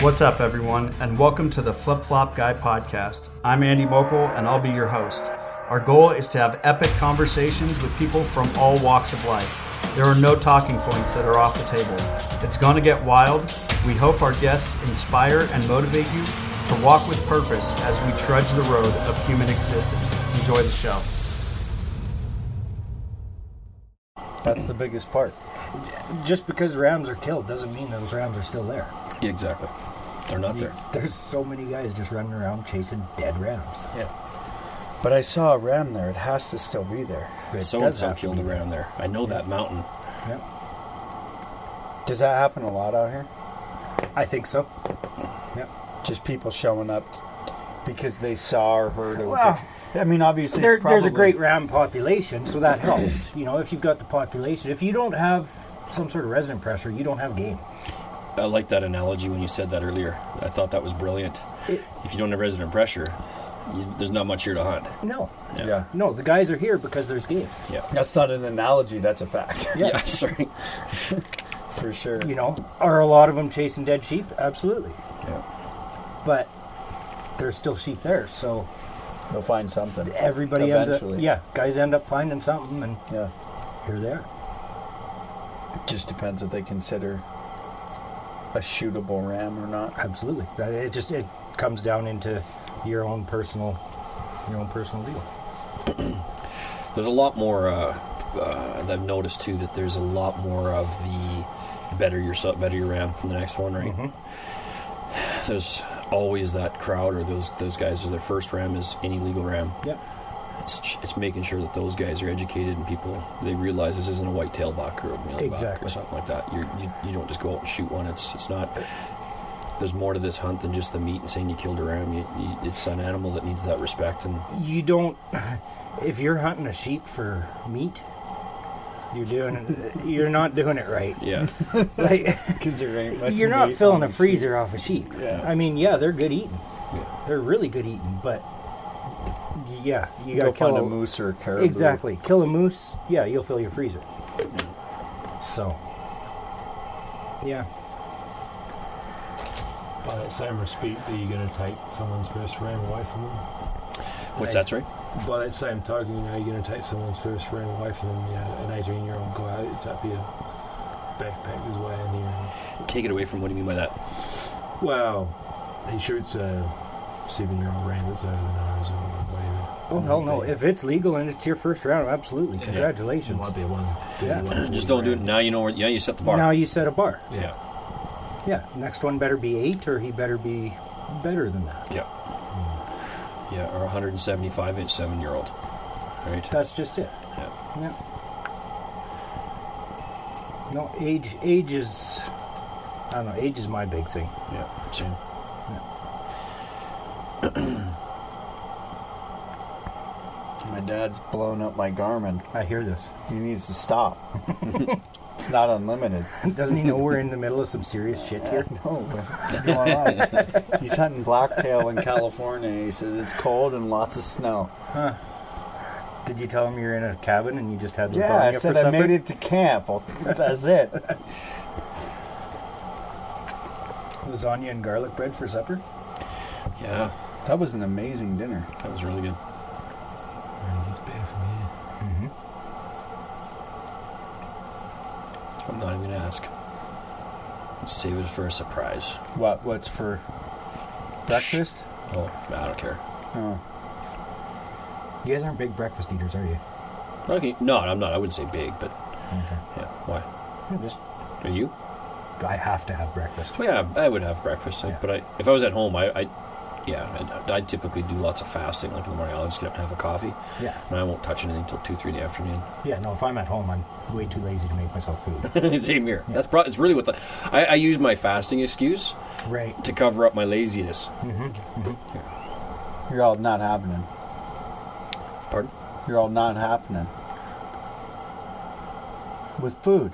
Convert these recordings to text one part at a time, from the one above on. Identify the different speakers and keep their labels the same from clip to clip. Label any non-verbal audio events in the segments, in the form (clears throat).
Speaker 1: What's up, everyone, and welcome to the Flip Flop Guy podcast. I'm Andy Mokel, and I'll be your host. Our goal is to have epic conversations with people from all walks of life. There are no talking points that are off the table. It's going to get wild. We hope our guests inspire and motivate you to walk with purpose as we trudge the road of human existence. Enjoy the show. That's the biggest part.
Speaker 2: Just because rams are killed doesn't mean those rams are still there.
Speaker 3: Yeah, exactly. They're not there.
Speaker 2: There's so many guys just running around chasing dead rams.
Speaker 3: Yeah.
Speaker 4: But I saw a ram there. It has to still be there.
Speaker 2: It
Speaker 3: So and
Speaker 2: does
Speaker 3: so
Speaker 2: have to
Speaker 3: killed
Speaker 2: be
Speaker 3: a ram there. I know that mountain.
Speaker 2: Yep.
Speaker 4: Does that happen a lot out here?
Speaker 2: I think so. Yep.
Speaker 4: Just people showing up t- because they saw or heard or
Speaker 2: Well,
Speaker 4: I mean, obviously,
Speaker 2: There,
Speaker 4: it's probably,
Speaker 2: there's a great ram population, so that helps. (clears throat) you know, if you've got the population, if you don't have some sort of resident pressure, you don't have game.
Speaker 3: I like that analogy when you said that earlier. I thought that was brilliant.
Speaker 2: It-
Speaker 3: If you don't have resident pressure, you, there's not much here to hunt.
Speaker 2: No,
Speaker 4: Yeah.
Speaker 2: no, the guys are here because there's game.
Speaker 3: Yeah.
Speaker 4: that's not an analogy. That's a fact
Speaker 3: (laughs) Yeah. sorry.
Speaker 4: (laughs) for sure.
Speaker 2: You know, are a lot of them chasing dead sheep? Absolutely,
Speaker 4: Yeah.
Speaker 2: but there's still sheep there, so
Speaker 4: They'll find something.
Speaker 2: everybody
Speaker 4: eventually.
Speaker 2: ends up. Yeah, guys end up finding something, and
Speaker 4: yeah.
Speaker 2: here they are.
Speaker 4: Just depends what they consider a shootable ram or not.
Speaker 2: Absolutely. That- It just it comes down into your own personal your own personal deal.
Speaker 3: There's a lot more. Uh, uh, that I've noticed too that there's a lot more of the better yourself, better your ram from the next one, right?
Speaker 2: Mm-hmm.
Speaker 3: There's always that crowd or those those guys. Their first ram is any legal ram.
Speaker 2: Yep.
Speaker 3: It's, ch- it's making sure that those guys are educated and people they realize this isn't a whitetail buck or a mule buck or
Speaker 2: Exactly.
Speaker 3: something like that. You're, you you don't just go out and shoot one. It's it's not. There's more to this hunt than just the meat and saying you killed a ram. You, you, it's an animal that needs that respect and
Speaker 2: You don't if you're hunting a sheep for meat, you're doing it, you're not doing it
Speaker 4: (laughs)
Speaker 2: right.
Speaker 5: (laughs)
Speaker 3: yeah.
Speaker 2: Like
Speaker 4: Because there ain't much
Speaker 2: you're not
Speaker 4: meat
Speaker 2: filling a
Speaker 4: on the
Speaker 2: freezer off a sheep.
Speaker 4: Yeah.
Speaker 2: I mean, yeah, they're good eating.
Speaker 3: Yeah.
Speaker 2: They're really good eating, but yeah, you
Speaker 4: sheep.
Speaker 2: got to
Speaker 4: Go
Speaker 2: kill
Speaker 4: find a moose or a caribou.
Speaker 2: Exactly. Kill a moose, yeah, you'll fill your freezer. So yeah.
Speaker 5: By that same respect, are you going to take someone's first ram away from them?
Speaker 3: What's that, sorry?
Speaker 5: By that same token, you know, you're going to take someone's first ram away from them. You know, an 18 year old guy that's up here, backpackers way in here. and-
Speaker 3: Take it away from what do you mean by that?
Speaker 5: Well, he shoots a seven year old ram that's over the nose or whatever.
Speaker 2: Oh hell no! If it's legal and it's your first round, absolutely,
Speaker 5: It
Speaker 2: congratulations.
Speaker 5: might be a one.
Speaker 2: Yeah.
Speaker 5: one
Speaker 3: Just don't do it now. You know where. Yeah, you set the bar.
Speaker 2: Now you set a bar.
Speaker 3: yeah,
Speaker 2: Yeah, next one better be eight, or he better be better than that.
Speaker 3: yeah, Mm. yeah. Or 175 inch seven year old. Right.
Speaker 2: That's just it.
Speaker 3: yeah.
Speaker 2: Yeah. No age. Age is. I don't know. Age is my big thing.
Speaker 3: Yeah, same.
Speaker 4: My dad's blowing up my Garmin.
Speaker 2: I hear this. (laughs)
Speaker 4: He needs to stop. (laughs) it's not unlimited.
Speaker 2: Doesn't he know we're in the middle of some serious shit here?
Speaker 4: (laughs) No, (laughs) what's going on? He's hunting blacktail in California. He says it's cold and lots of snow.
Speaker 2: Did you tell him you're in a cabin and you just had lasagna
Speaker 4: Yeah, I
Speaker 2: for
Speaker 4: said
Speaker 2: supper?
Speaker 4: I made it to camp. Well, that's it.
Speaker 2: Lasagna and garlic bread for supper.
Speaker 3: Yeah,
Speaker 4: That was an amazing dinner.
Speaker 3: that was really good. Mm-hmm.
Speaker 5: It gets better from here.
Speaker 3: I'm not even gonna ask. Save it for a surprise.
Speaker 4: What? What's for breakfast?
Speaker 3: Oh, I don't care.
Speaker 4: Oh,
Speaker 2: You guys aren't big breakfast eaters, are you?
Speaker 3: Okay, no, I'm not. I wouldn't say big, but
Speaker 2: Okay.
Speaker 3: yeah. Why?
Speaker 2: Yeah, just
Speaker 3: Are you?
Speaker 2: I have to have breakfast.
Speaker 3: Well, yeah, I would have breakfast, I-
Speaker 2: Yeah.
Speaker 3: but I, if I was at home, I, I yeah, I, I typically do lots of fasting. Like in the morning, I'll just get up and have a coffee,
Speaker 2: Yeah.
Speaker 3: and I won't touch anything till two, three in the afternoon.
Speaker 2: Yeah, no, if I'm at home, I'm way too lazy to make myself food.
Speaker 3: (laughs) Same here. That's probably it's really what the I, I use my fasting excuse
Speaker 2: right.
Speaker 3: to cover up my laziness.
Speaker 4: you're all not happening.
Speaker 3: Pardon?
Speaker 4: You're all not happening with food.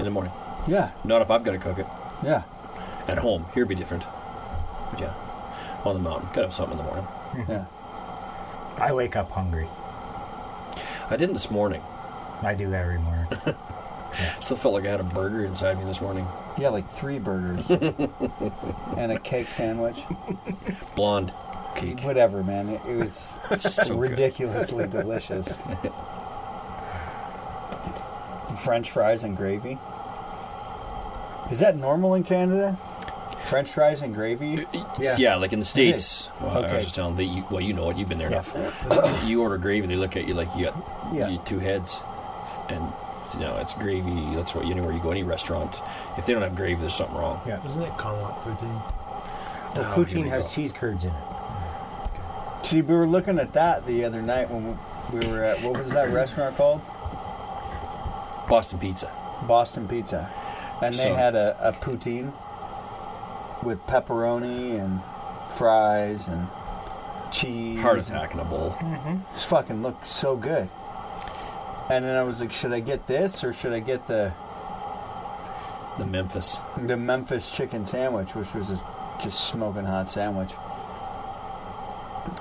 Speaker 3: In the morning,
Speaker 4: Yeah,
Speaker 3: not if I've got to cook it.
Speaker 4: yeah.
Speaker 3: At home, here be different. But yeah, on the mountain, gotta have something in the morning.
Speaker 4: Yeah.
Speaker 2: I wake up hungry.
Speaker 3: I didn't this morning.
Speaker 2: I do every morning.
Speaker 3: Still felt like I had a burger inside me this morning.
Speaker 4: Yeah, like
Speaker 3: (laughs)
Speaker 4: three burgers and a cake sandwich.
Speaker 3: Blonde cake.
Speaker 4: Whatever, man. It, it was
Speaker 3: So good. (laughs)
Speaker 4: ridiculously delicious. French fries and gravy. Is that normal in Canada? French fries and gravy?
Speaker 3: Yeah.
Speaker 2: Yeah.
Speaker 3: like in the states. Well, I was
Speaker 4: Okay.
Speaker 3: just telling that you. Well, you know it. You've been there enough. you order gravy, they look at you like you got
Speaker 2: Yeah.
Speaker 3: you two heads, and you know it's gravy. That's what you know where you go any restaurant. If they don't have gravy, there's something wrong.
Speaker 2: Yeah.
Speaker 5: Isn't that kind of like protein?
Speaker 2: Well,
Speaker 3: Oh, here
Speaker 2: poutine
Speaker 3: we
Speaker 2: has
Speaker 3: go.
Speaker 2: cheese curds in it.
Speaker 4: See, we were looking at that the other night when we were at, what was that restaurant called?
Speaker 3: Boston pizza.
Speaker 4: Boston Pizza. And they
Speaker 3: So-
Speaker 4: had a, a poutine with pepperoni and fries and cheese.
Speaker 3: Heart attack in a bowl.
Speaker 4: This fucking looked so good. And then I was like, should I get this or should I get the
Speaker 3: The Memphis. (laughs)
Speaker 4: the Memphis chicken sandwich, which was just, just smoking hot sandwich?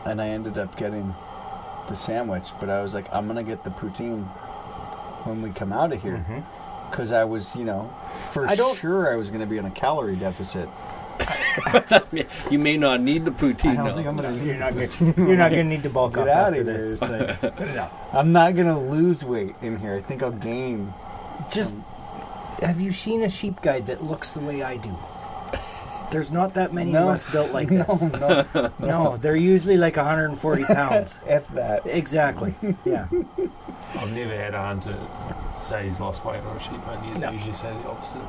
Speaker 4: And I ended up getting the sandwich, but I was like, I'm gonna get the poutine when we come out of here. Cause I was, you know, for
Speaker 2: Mm-hmm. I don't-
Speaker 4: sure I was gonna be in a calorie deficit.
Speaker 3: You may not need the poutine.
Speaker 4: I don't
Speaker 3: no.
Speaker 4: think I'm gonna
Speaker 2: You're
Speaker 4: need,
Speaker 2: not gonna, you're not gonna need to bulk
Speaker 4: get
Speaker 2: up
Speaker 4: out
Speaker 2: after
Speaker 4: of here.
Speaker 2: this.
Speaker 4: It's
Speaker 2: (laughs)
Speaker 4: like,
Speaker 2: No.
Speaker 4: I'm not gonna lose weight in here. I think I'll gain.
Speaker 2: Just have you seen a sheep guide that looks the way I do? There's not that many
Speaker 4: No.
Speaker 2: of us built (laughs) like
Speaker 4: No,
Speaker 2: this.
Speaker 4: (laughs) no,
Speaker 2: No, they're usually like (laughs) 140 pounds.
Speaker 4: F
Speaker 2: (laughs)
Speaker 4: that.
Speaker 2: exactly. Yeah.
Speaker 5: I've never had a hunter say he's lost weight on a sheep hunt. They
Speaker 2: No.
Speaker 5: usually say the opposite.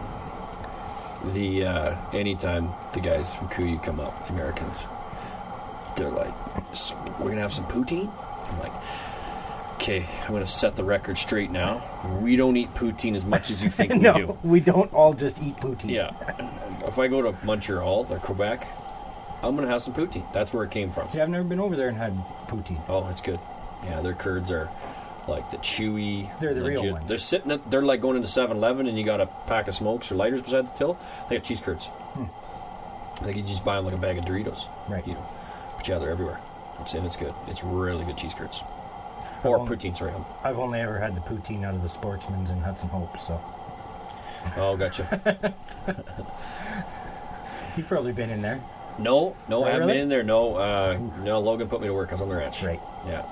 Speaker 3: the uh, anytime the guys from Kuyu come up, the Americans, they're like, "So "We're gonna have some poutine." I'm like, "Okay, I'm gonna set the record straight now. We don't eat poutine as much as
Speaker 2: (laughs)
Speaker 3: you think
Speaker 2: no,
Speaker 3: we do."
Speaker 2: we don't all just eat poutine.
Speaker 3: Yeah, if I go to Montreal or Quebec, I'm gonna have some poutine. That's where it came from.
Speaker 2: See, I've never been over there and had poutine.
Speaker 3: Oh, it's good. Yeah, their curds are like the chewy.
Speaker 2: They're the real ones.
Speaker 3: They're sitting. At, they're like going into 7-Eleven and you got a pack of smokes or lighters beside the till. They got cheese curds. Like you just buy them like a bag of Doritos.
Speaker 2: Hmm. Right.
Speaker 3: You know, but yeah, they're everywhere. It's and it's good. It's really good cheese curds. Or
Speaker 2: I've only-
Speaker 3: poutine, sorry.
Speaker 2: (laughs)
Speaker 3: I'm-
Speaker 2: I've only ever had the poutine out of the Sportsman's in Hudson Hope, so
Speaker 3: Oh, gotcha.
Speaker 2: you've probably been in there,
Speaker 3: no, no,
Speaker 2: Oh,
Speaker 3: I haven't
Speaker 2: really?
Speaker 3: been in there. No, uh, no. Logan put me to work. I was on the ranch.
Speaker 2: right?
Speaker 3: Yeah.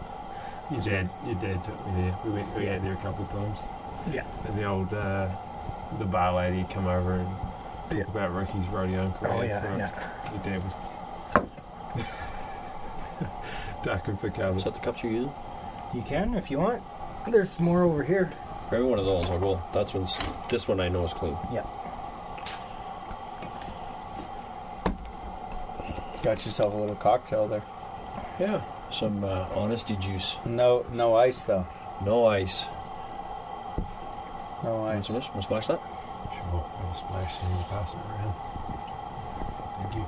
Speaker 5: Your dad, your dad took me there. We went, we ate there a couple of times.
Speaker 2: Yeah.
Speaker 5: And the old, uh, the bar lady come over and talk
Speaker 2: Yeah.
Speaker 5: about Ricky's rodeo and
Speaker 2: Oh
Speaker 5: karate
Speaker 2: yeah,
Speaker 5: for-
Speaker 2: yeah.
Speaker 5: Your dad was (laughs) ducking for cover.
Speaker 3: Is that the cups you're using?
Speaker 2: You can if you want. There's more over here.
Speaker 3: Grab me one of those. I'll go. That's one's. This one I know is clean.
Speaker 2: Yeah.
Speaker 4: Got yourself a little cocktail there.
Speaker 3: Yeah. Some uh, honesty juice.
Speaker 4: No, no ice though.
Speaker 3: No ice.
Speaker 4: No
Speaker 3: Want
Speaker 4: ice.
Speaker 3: some of this? Want to splash that?
Speaker 5: Sure, I'll splash and you pass it around. Thank you.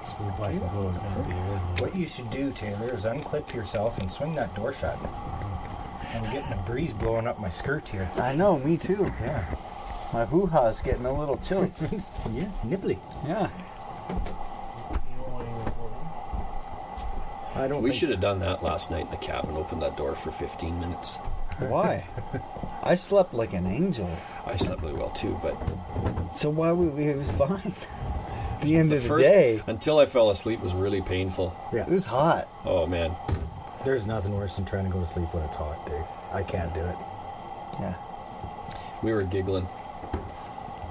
Speaker 5: It's more black and blue, it's gonna be red.
Speaker 2: What you should do, Taylor, is unclip yourself and swing that door shut. I'm getting a breeze blowing up my skirt here.
Speaker 4: I know, me too.
Speaker 2: Yeah.
Speaker 4: My hoo ha's getting a little
Speaker 3: (laughs)
Speaker 4: chilly.
Speaker 2: yeah. Nibbly.
Speaker 4: yeah.
Speaker 2: I don't.
Speaker 3: We
Speaker 2: think-
Speaker 3: should have done that last night in the cabin. Opened that door for 15 minutes.
Speaker 4: Why? I slept like an angel.
Speaker 3: I slept really well too, but
Speaker 4: So why would we? It was
Speaker 3: (laughs)
Speaker 4: fine. the end
Speaker 3: the
Speaker 4: of the
Speaker 3: first
Speaker 4: day,
Speaker 3: until I fell asleep was really painful.
Speaker 4: it was hot.
Speaker 3: Oh man,
Speaker 2: There's nothing worse than trying to go to sleep when it's hot, dude. I can't do it.
Speaker 4: Yeah.
Speaker 3: we were giggling.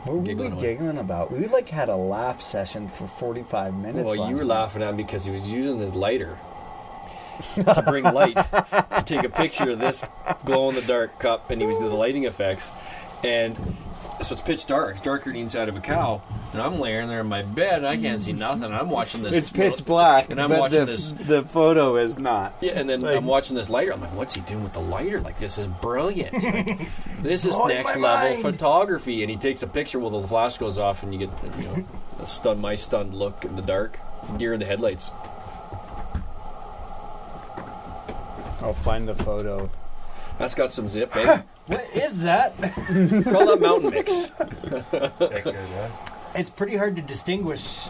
Speaker 4: What were
Speaker 3: Giggling
Speaker 4: we
Speaker 3: away.
Speaker 4: giggling about? We like had a laugh session for 45 minutes.
Speaker 3: well, you
Speaker 4: last
Speaker 3: were
Speaker 4: night.
Speaker 3: laughing at me because he was using his
Speaker 4: (laughs)
Speaker 3: lighter to bring light to take a picture of this glow in the dark cup, and he was doing the lighting effects. And so it's pitch dark. It's darker than the inside of a cow. And I'm laying there in my bed, and I can't see nothing. I'm watching this.
Speaker 4: It's pitch black,
Speaker 3: and I'm
Speaker 4: but
Speaker 3: watching
Speaker 4: the,
Speaker 3: this
Speaker 4: The photo is not.
Speaker 3: Yeah, and then
Speaker 4: Like-
Speaker 3: I'm watching this lighter. I'm like, what's he doing with the lighter? Like, this is
Speaker 4: (laughs)
Speaker 3: brilliant. Like, this is
Speaker 2: Blowing
Speaker 3: next
Speaker 2: my
Speaker 3: level
Speaker 2: mind.
Speaker 3: photography. And he takes a picture while the flash goes off, and you get, you know, a stun, my stunned look in the dark, deer in the headlights.
Speaker 4: I'll find the photo.
Speaker 3: That's got some zip, eh?
Speaker 4: (laughs)
Speaker 2: What is that?
Speaker 3: Call that mountain mix.
Speaker 5: That good, huh?
Speaker 2: it's pretty hard to distinguish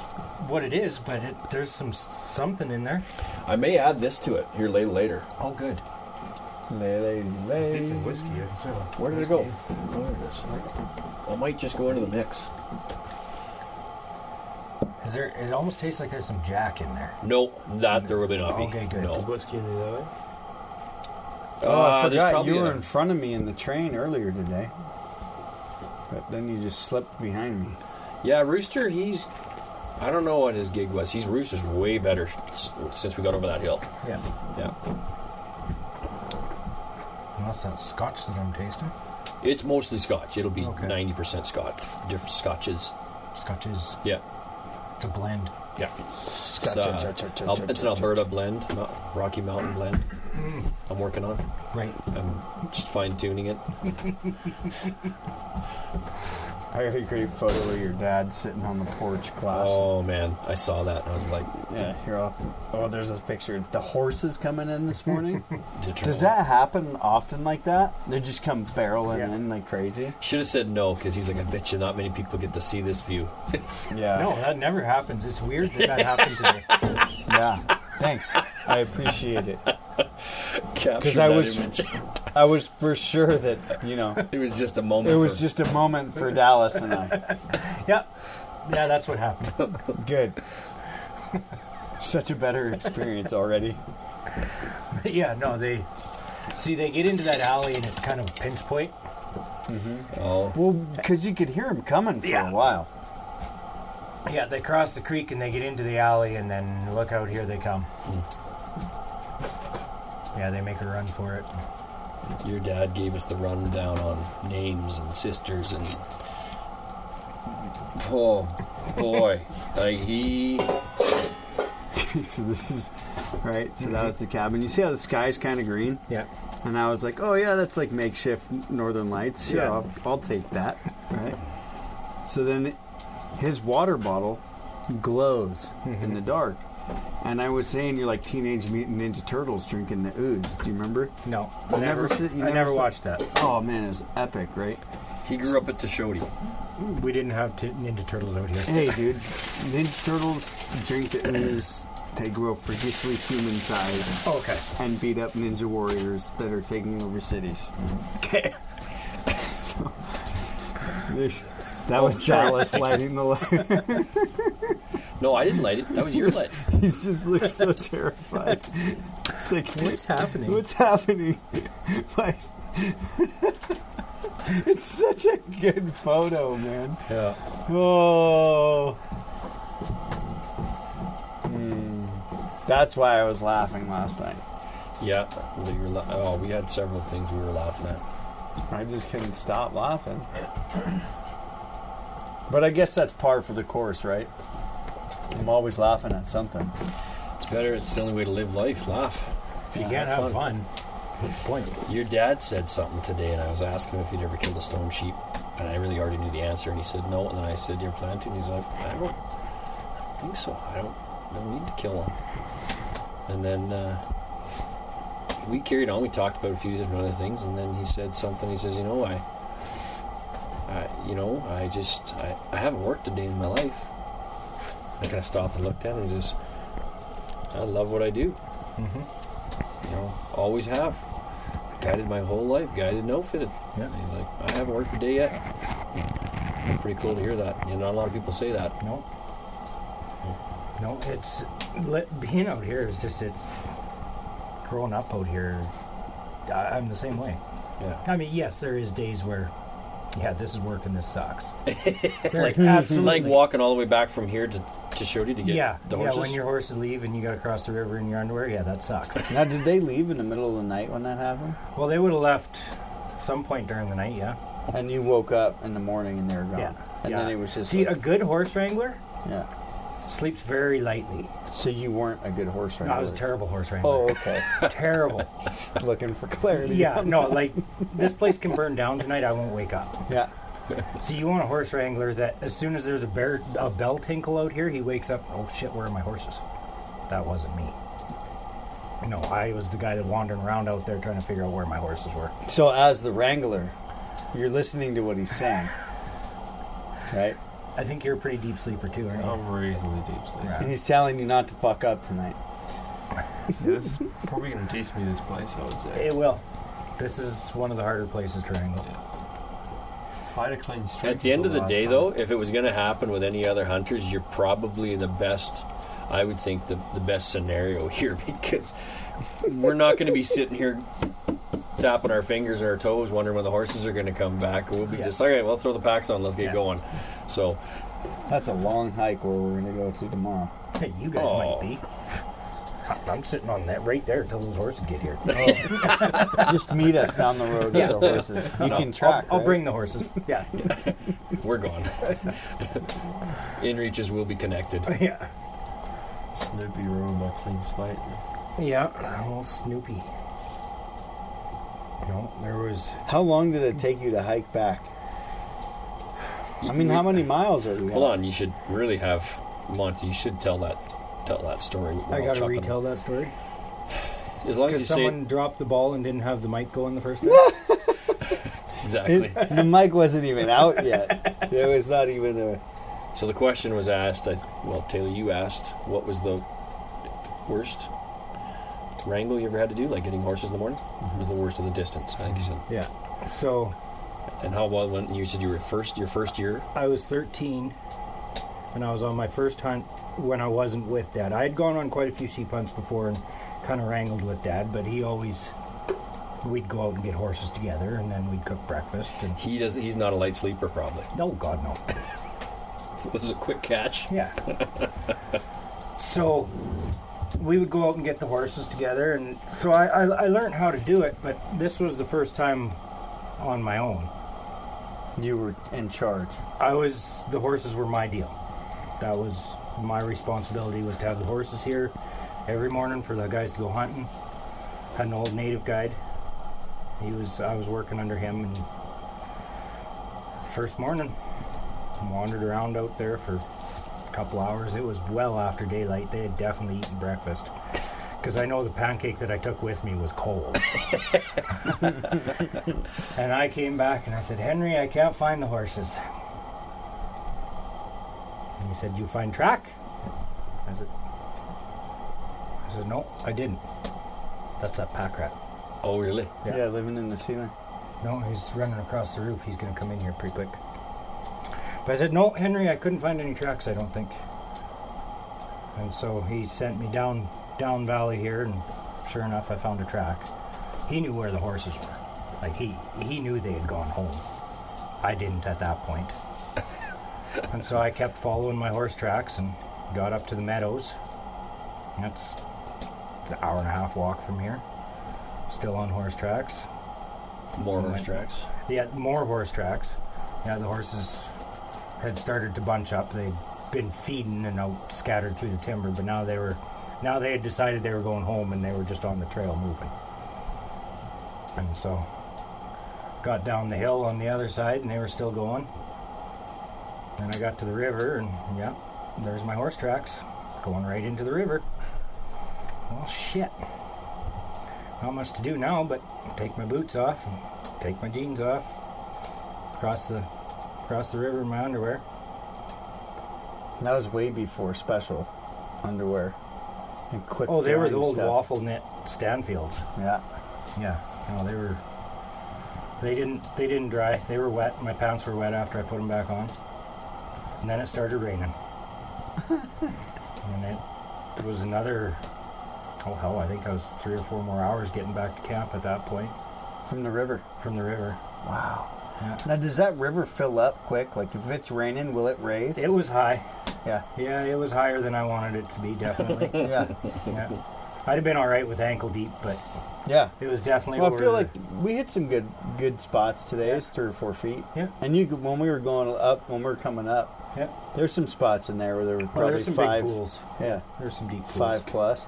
Speaker 2: what it is, but it, there's some s- something in there.
Speaker 3: I may add this to it here later. later.
Speaker 2: All good.
Speaker 4: Lay, lay,
Speaker 5: It's
Speaker 4: lay.
Speaker 5: definitely whiskey. I can smell it.
Speaker 4: Where did it go?
Speaker 3: I might just go into the mix.
Speaker 2: Is there? It almost tastes like there's some Jack in there.
Speaker 3: No, that there would not be.
Speaker 2: Okay, good.
Speaker 5: Is
Speaker 3: No.
Speaker 5: whiskey in the other?
Speaker 4: Oh, I
Speaker 3: Uh, there's
Speaker 4: forgot
Speaker 3: probably
Speaker 4: you were
Speaker 3: a-
Speaker 4: in front of me in the train earlier today. But then you just slipped behind me.
Speaker 3: Yeah, Rooster, he's. I don't know what his gig was. He's Rooster's way better s- since we got over that hill.
Speaker 4: Yeah.
Speaker 3: Yeah.
Speaker 2: Unless that's Scotch that I'm tasting.
Speaker 3: It's mostly Scotch. It'll be
Speaker 2: Okay.
Speaker 3: 90% Scotch, different Scotches.
Speaker 2: Scotch is
Speaker 3: Yeah.
Speaker 2: it's a blend.
Speaker 3: Yeah. It's,
Speaker 4: Scotch,
Speaker 3: uh,
Speaker 4: scotch, scotch,
Speaker 3: Al-
Speaker 4: scotch,
Speaker 3: it's an
Speaker 4: scotch.
Speaker 3: Alberta blend, not Rocky Mountain blend. I'm working on.
Speaker 2: Right.
Speaker 3: I'm just fine tuning it.
Speaker 4: I got a great photo of your dad sitting on the porch glass.
Speaker 3: Oh man, I saw that and I was like,
Speaker 4: Yeah, here off. Oh, there's this picture. The horses coming in this (laughs) morning.
Speaker 3: did
Speaker 4: Does that happen often like that? They just come barreling
Speaker 2: Yeah.
Speaker 4: in like crazy.
Speaker 3: Should have said no because he's like, I bet you not many people get to see this view.
Speaker 4: Yeah.
Speaker 2: No, that never happens. It's weird that that happened
Speaker 5: (laughs)
Speaker 2: today.
Speaker 4: (laughs) Yeah. Thanks. I appreciate it.
Speaker 3: Because
Speaker 4: I was- I was for sure that you (laughs) know
Speaker 3: (laughs) it was just a moment.
Speaker 4: it was
Speaker 3: for-
Speaker 4: just a moment for Dallas and I.
Speaker 2: Yeah. Yeah, that's what happened. (laughs)
Speaker 4: Good. (laughs) Such a better experience already.
Speaker 2: yeah, no, they see they get into that alley and it's kind of a pinch point.
Speaker 3: Oh,
Speaker 4: Well, because you could hear him coming for
Speaker 2: Yeah.
Speaker 4: a while. (laughs)
Speaker 2: Yeah, they cross the creek and they get into the alley and then look out here they come. Yeah, they make a run for it.
Speaker 3: your dad gave us the rundown on names and sisters and. Oh boy, like he.
Speaker 4: so this is right. So that was the cabin. You see how the sky's kind of green?
Speaker 2: Yeah.
Speaker 4: And I was like, oh yeah, that's like makeshift Northern Lights. Sure,
Speaker 2: Yeah.
Speaker 4: I'll, I'll take that. Right. So then, his water bottle glows
Speaker 2: Mm-hmm.
Speaker 4: in the dark. And I was saying you're like Teenage Mutant Ninja Turtles drinking the oods. Do you remember?
Speaker 2: No.
Speaker 4: You never sit- you
Speaker 2: I
Speaker 4: never
Speaker 2: never
Speaker 4: sit-
Speaker 2: watched that.
Speaker 4: Oh man, it was epic, right?
Speaker 3: He grew up at Toshodi.
Speaker 2: We didn't have t- Ninja Turtles out here.
Speaker 4: Hey, dude, Ninja Turtles drink the ooze. They grow freakishly human sized
Speaker 2: Oh, okay.
Speaker 4: and beat up ninja warriors that are taking over cities. (laughs)
Speaker 2: Okay.
Speaker 4: That was Dallas lighting the light. (laughs)
Speaker 3: No, I didn't light it. That was your light.
Speaker 4: he just looks so terrified. It's like,
Speaker 2: What's happening?
Speaker 4: What's happening? (laughs) Why is- it's such a good photo, man.
Speaker 2: Yeah.
Speaker 4: Oh. Hmm. That's why I was laughing last night.
Speaker 3: Yeah, we were la- oh, we had several things we were laughing at.
Speaker 4: I just couldn't stop laughing. But I guess that's par for the course, right? I'm always laughing at something.
Speaker 3: It's better. It's the only way to live life. Laugh.
Speaker 2: If you can't have fun, what's the point?
Speaker 3: Your dad said something today, and I was asking him if he'd ever killed a stone sheep, and I really already knew the answer. And he said no, and then I said, "You're planning to?" And he's like, "I don't think so. I don't, I don't need to kill one." And then uh, we carried on. We talked about a few different other things, and then he said something. He says, "You know, I, I you know, I just I, I haven't worked a day in my life." I kind of stopped and looked at him and just, I love what I do. You know, always have. Guided my whole life, guided and outfitted.
Speaker 2: Yeah.
Speaker 3: And he's like, I haven't worked a day yet. Pretty cool to hear that. You know, not a lot of people say that.
Speaker 2: No. No, it's let, being out here is just it's growing up out here. I, I'm the same way.
Speaker 3: Yeah.
Speaker 2: I mean, yes, there is days where, yeah, this is working, this sucks. (laughs) like absolutely,
Speaker 3: Like walking all the way back from here to to Shodi to get
Speaker 2: yeah,
Speaker 3: the
Speaker 2: yeah.
Speaker 3: horses.
Speaker 2: When your horses leave and you got to cross the river in your underwear, yeah, that sucks. (laughs)
Speaker 4: Now, did they leave in the middle of the night when that happened?
Speaker 2: well, they would have left some point during the night, yeah.
Speaker 4: And you woke up in the morning and they were gone.
Speaker 2: Yeah.
Speaker 4: And
Speaker 2: yeah.
Speaker 4: then it was just.
Speaker 2: see
Speaker 4: like-
Speaker 2: a good horse wrangler
Speaker 4: yeah.
Speaker 2: sleeps very lightly.
Speaker 4: So you weren't a good horse
Speaker 2: No,
Speaker 4: rider.
Speaker 2: I was a terrible horse
Speaker 4: Oh,
Speaker 2: wrangler.
Speaker 4: okay.
Speaker 2: (laughs) terrible.
Speaker 4: Just looking for clarity.
Speaker 2: Yeah, no, like this place can burn down tonight. I won't wake up.
Speaker 4: Yeah.
Speaker 2: So you want a horse wrangler that as soon as there's a bear a bell tinkle out here, he wakes up. Oh shit, where are my horses? That wasn't me. No, I was the guy that wandering around out there trying to figure out where my horses were.
Speaker 4: So, as the wrangler, you're listening to what he's saying. Right?
Speaker 2: I think you're a
Speaker 5: Um,
Speaker 2: pretty deep sleeper too, aren't you?
Speaker 5: (laughs) I'm reasonably deep sleep.
Speaker 2: Yeah.
Speaker 4: And he's telling you not to fuck up tonight.
Speaker 5: this is probably going to taste me this place, I would say.
Speaker 2: It will. This is one of the harder places to wrangle.
Speaker 5: I had a clean streak.
Speaker 3: At the end of the
Speaker 5: last
Speaker 3: day,
Speaker 5: time.
Speaker 3: though, if it was going to happen with any other hunters, you're probably in the best. I would think the the best scenario (laughs) here because we're not going to be sitting here tapping our fingers or our toes, wondering when the horses are going to come back. We'll be
Speaker 2: Yeah.
Speaker 3: just all right. Well, throw the packs on. Let's get
Speaker 2: Yeah.
Speaker 3: going. So
Speaker 4: That's a long hike where we're going to go to tomorrow.
Speaker 2: Hey, you guys
Speaker 3: Oh.
Speaker 2: might be. I'm sitting on that right there till those horses get (laughs) here.
Speaker 4: (laughs) Just meet us down the
Speaker 2: (laughs)
Speaker 4: road with the horses. You can track.
Speaker 2: I'll, I'll
Speaker 4: right?
Speaker 2: bring the (laughs) horses. Yeah. yeah.
Speaker 3: we're gone. (laughs) in reaches will be connected.
Speaker 2: Yeah.
Speaker 5: Snoopy ruined my clean slate.
Speaker 2: Yeah. Well, Snoopy. You know, there was.
Speaker 4: How long did it take you to hike back? I mean, how many miles are we?
Speaker 3: Hold on, you should really have Monty. You should tell that tell that story.
Speaker 2: I
Speaker 3: while
Speaker 2: gotta
Speaker 3: chopping.
Speaker 2: retell that story.
Speaker 3: As long as you
Speaker 2: Because
Speaker 3: say
Speaker 2: someone
Speaker 3: it,
Speaker 2: dropped the ball and didn't have the mic going the first time. (laughs)
Speaker 3: exactly.
Speaker 4: The mic wasn't even out yet. There was not even a.
Speaker 3: So the question was asked. I, well, Taylor, you asked what was the worst wrangle you ever had to do, like getting horses in the morning.
Speaker 2: Mm-hmm.
Speaker 3: Was the worst of the distance, I think you said.
Speaker 2: yeah. So
Speaker 3: And how well when you said you were first, your first year.
Speaker 2: I was 13 and I was on my first hunt when I wasn't with dad. I had gone on quite a few sheep hunts before and kind of wrangled with dad, but he always we'd go out and get horses together and then we'd cook breakfast and
Speaker 3: He does. He's not a light sleeper, probably.
Speaker 2: no god no. (coughs)
Speaker 3: So this is a quick catch.
Speaker 2: Yeah. so we would go out and get the horses together, and so I, I, I learned how to do it, but this was the first time on my own.
Speaker 4: You were in charge.
Speaker 2: I was the horses were my deal. That was my responsibility was to have the horses here every morning for the guys to go hunting. Had an old native guide. He was I was working under him and first morning wandered around out there for a couple hours. It was well after daylight. They had definitely eaten breakfast. Because I know the pancake that I took with me was cold. and I came back and I said, Henry, I can't find the horses. And he said, You find track? I said, I said, No, I didn't. That's that pack rat.
Speaker 3: Oh, really?
Speaker 4: Yeah,
Speaker 2: Yeah.
Speaker 4: living in the ceiling.
Speaker 2: No, he's running across the roof. He's going to come in here pretty quick. But I said, No, Henry, I couldn't find any tracks, I don't think. And so he sent me down down valley here, and sure enough, I found a track. He knew where the horses were. Like, he, he knew they had gone home. I didn't at that point. and so I kept following my horse tracks and got up to the meadows. That's an hour and a half walk from here. Still on horse tracks.
Speaker 3: More horse
Speaker 2: Right.
Speaker 3: tracks.
Speaker 2: They had more horse tracks. Yeah, the horses had started to bunch up. They'd been feeding and out scattered through the timber, but now they were now they had decided they were going home and they were just on the trail moving. And so got down the hill on the other side and they were still going. And I got to the river and yeah, there's my horse tracks going right into the river. Well shit. Not much to do now but take my boots off and take my jeans off, cross the cross the river in my underwear.
Speaker 4: That was way before special underwear and quick.
Speaker 2: Oh, they were the
Speaker 4: drying
Speaker 2: old
Speaker 4: stuff.
Speaker 2: waffle knit Stanfields.
Speaker 4: Yeah.
Speaker 2: Yeah, no, they were. They didn't. They didn't dry. They were wet. My pants were wet after I put them back on. And then it started raining. and it, it was another. Oh hell! I think I was three or four more hours getting back to camp at that point
Speaker 4: From the river.
Speaker 2: from the river.
Speaker 4: Wow.
Speaker 2: Yeah.
Speaker 4: Now, does that river fill up quick? Like, if it's raining, will it raise?
Speaker 2: It was high.
Speaker 4: yeah.
Speaker 2: Yeah, it was higher than I wanted it to be. Definitely.
Speaker 4: (laughs) Yeah.
Speaker 2: Yeah. I'd have been all right with ankle deep, but
Speaker 4: Yeah.
Speaker 2: it was definitely.
Speaker 4: Well, I
Speaker 2: over
Speaker 4: feel
Speaker 2: the-
Speaker 4: like we hit some good good spots today. It's three or four feet.
Speaker 2: Yeah.
Speaker 4: And you, could- when we were going up, when we were coming up,
Speaker 2: yeah.
Speaker 4: there's some spots in there where there were
Speaker 2: Well,
Speaker 4: probably
Speaker 2: Oh, there's some
Speaker 4: five.
Speaker 2: big pools.
Speaker 4: Yeah.
Speaker 2: There's some deep pools.
Speaker 4: Five plus.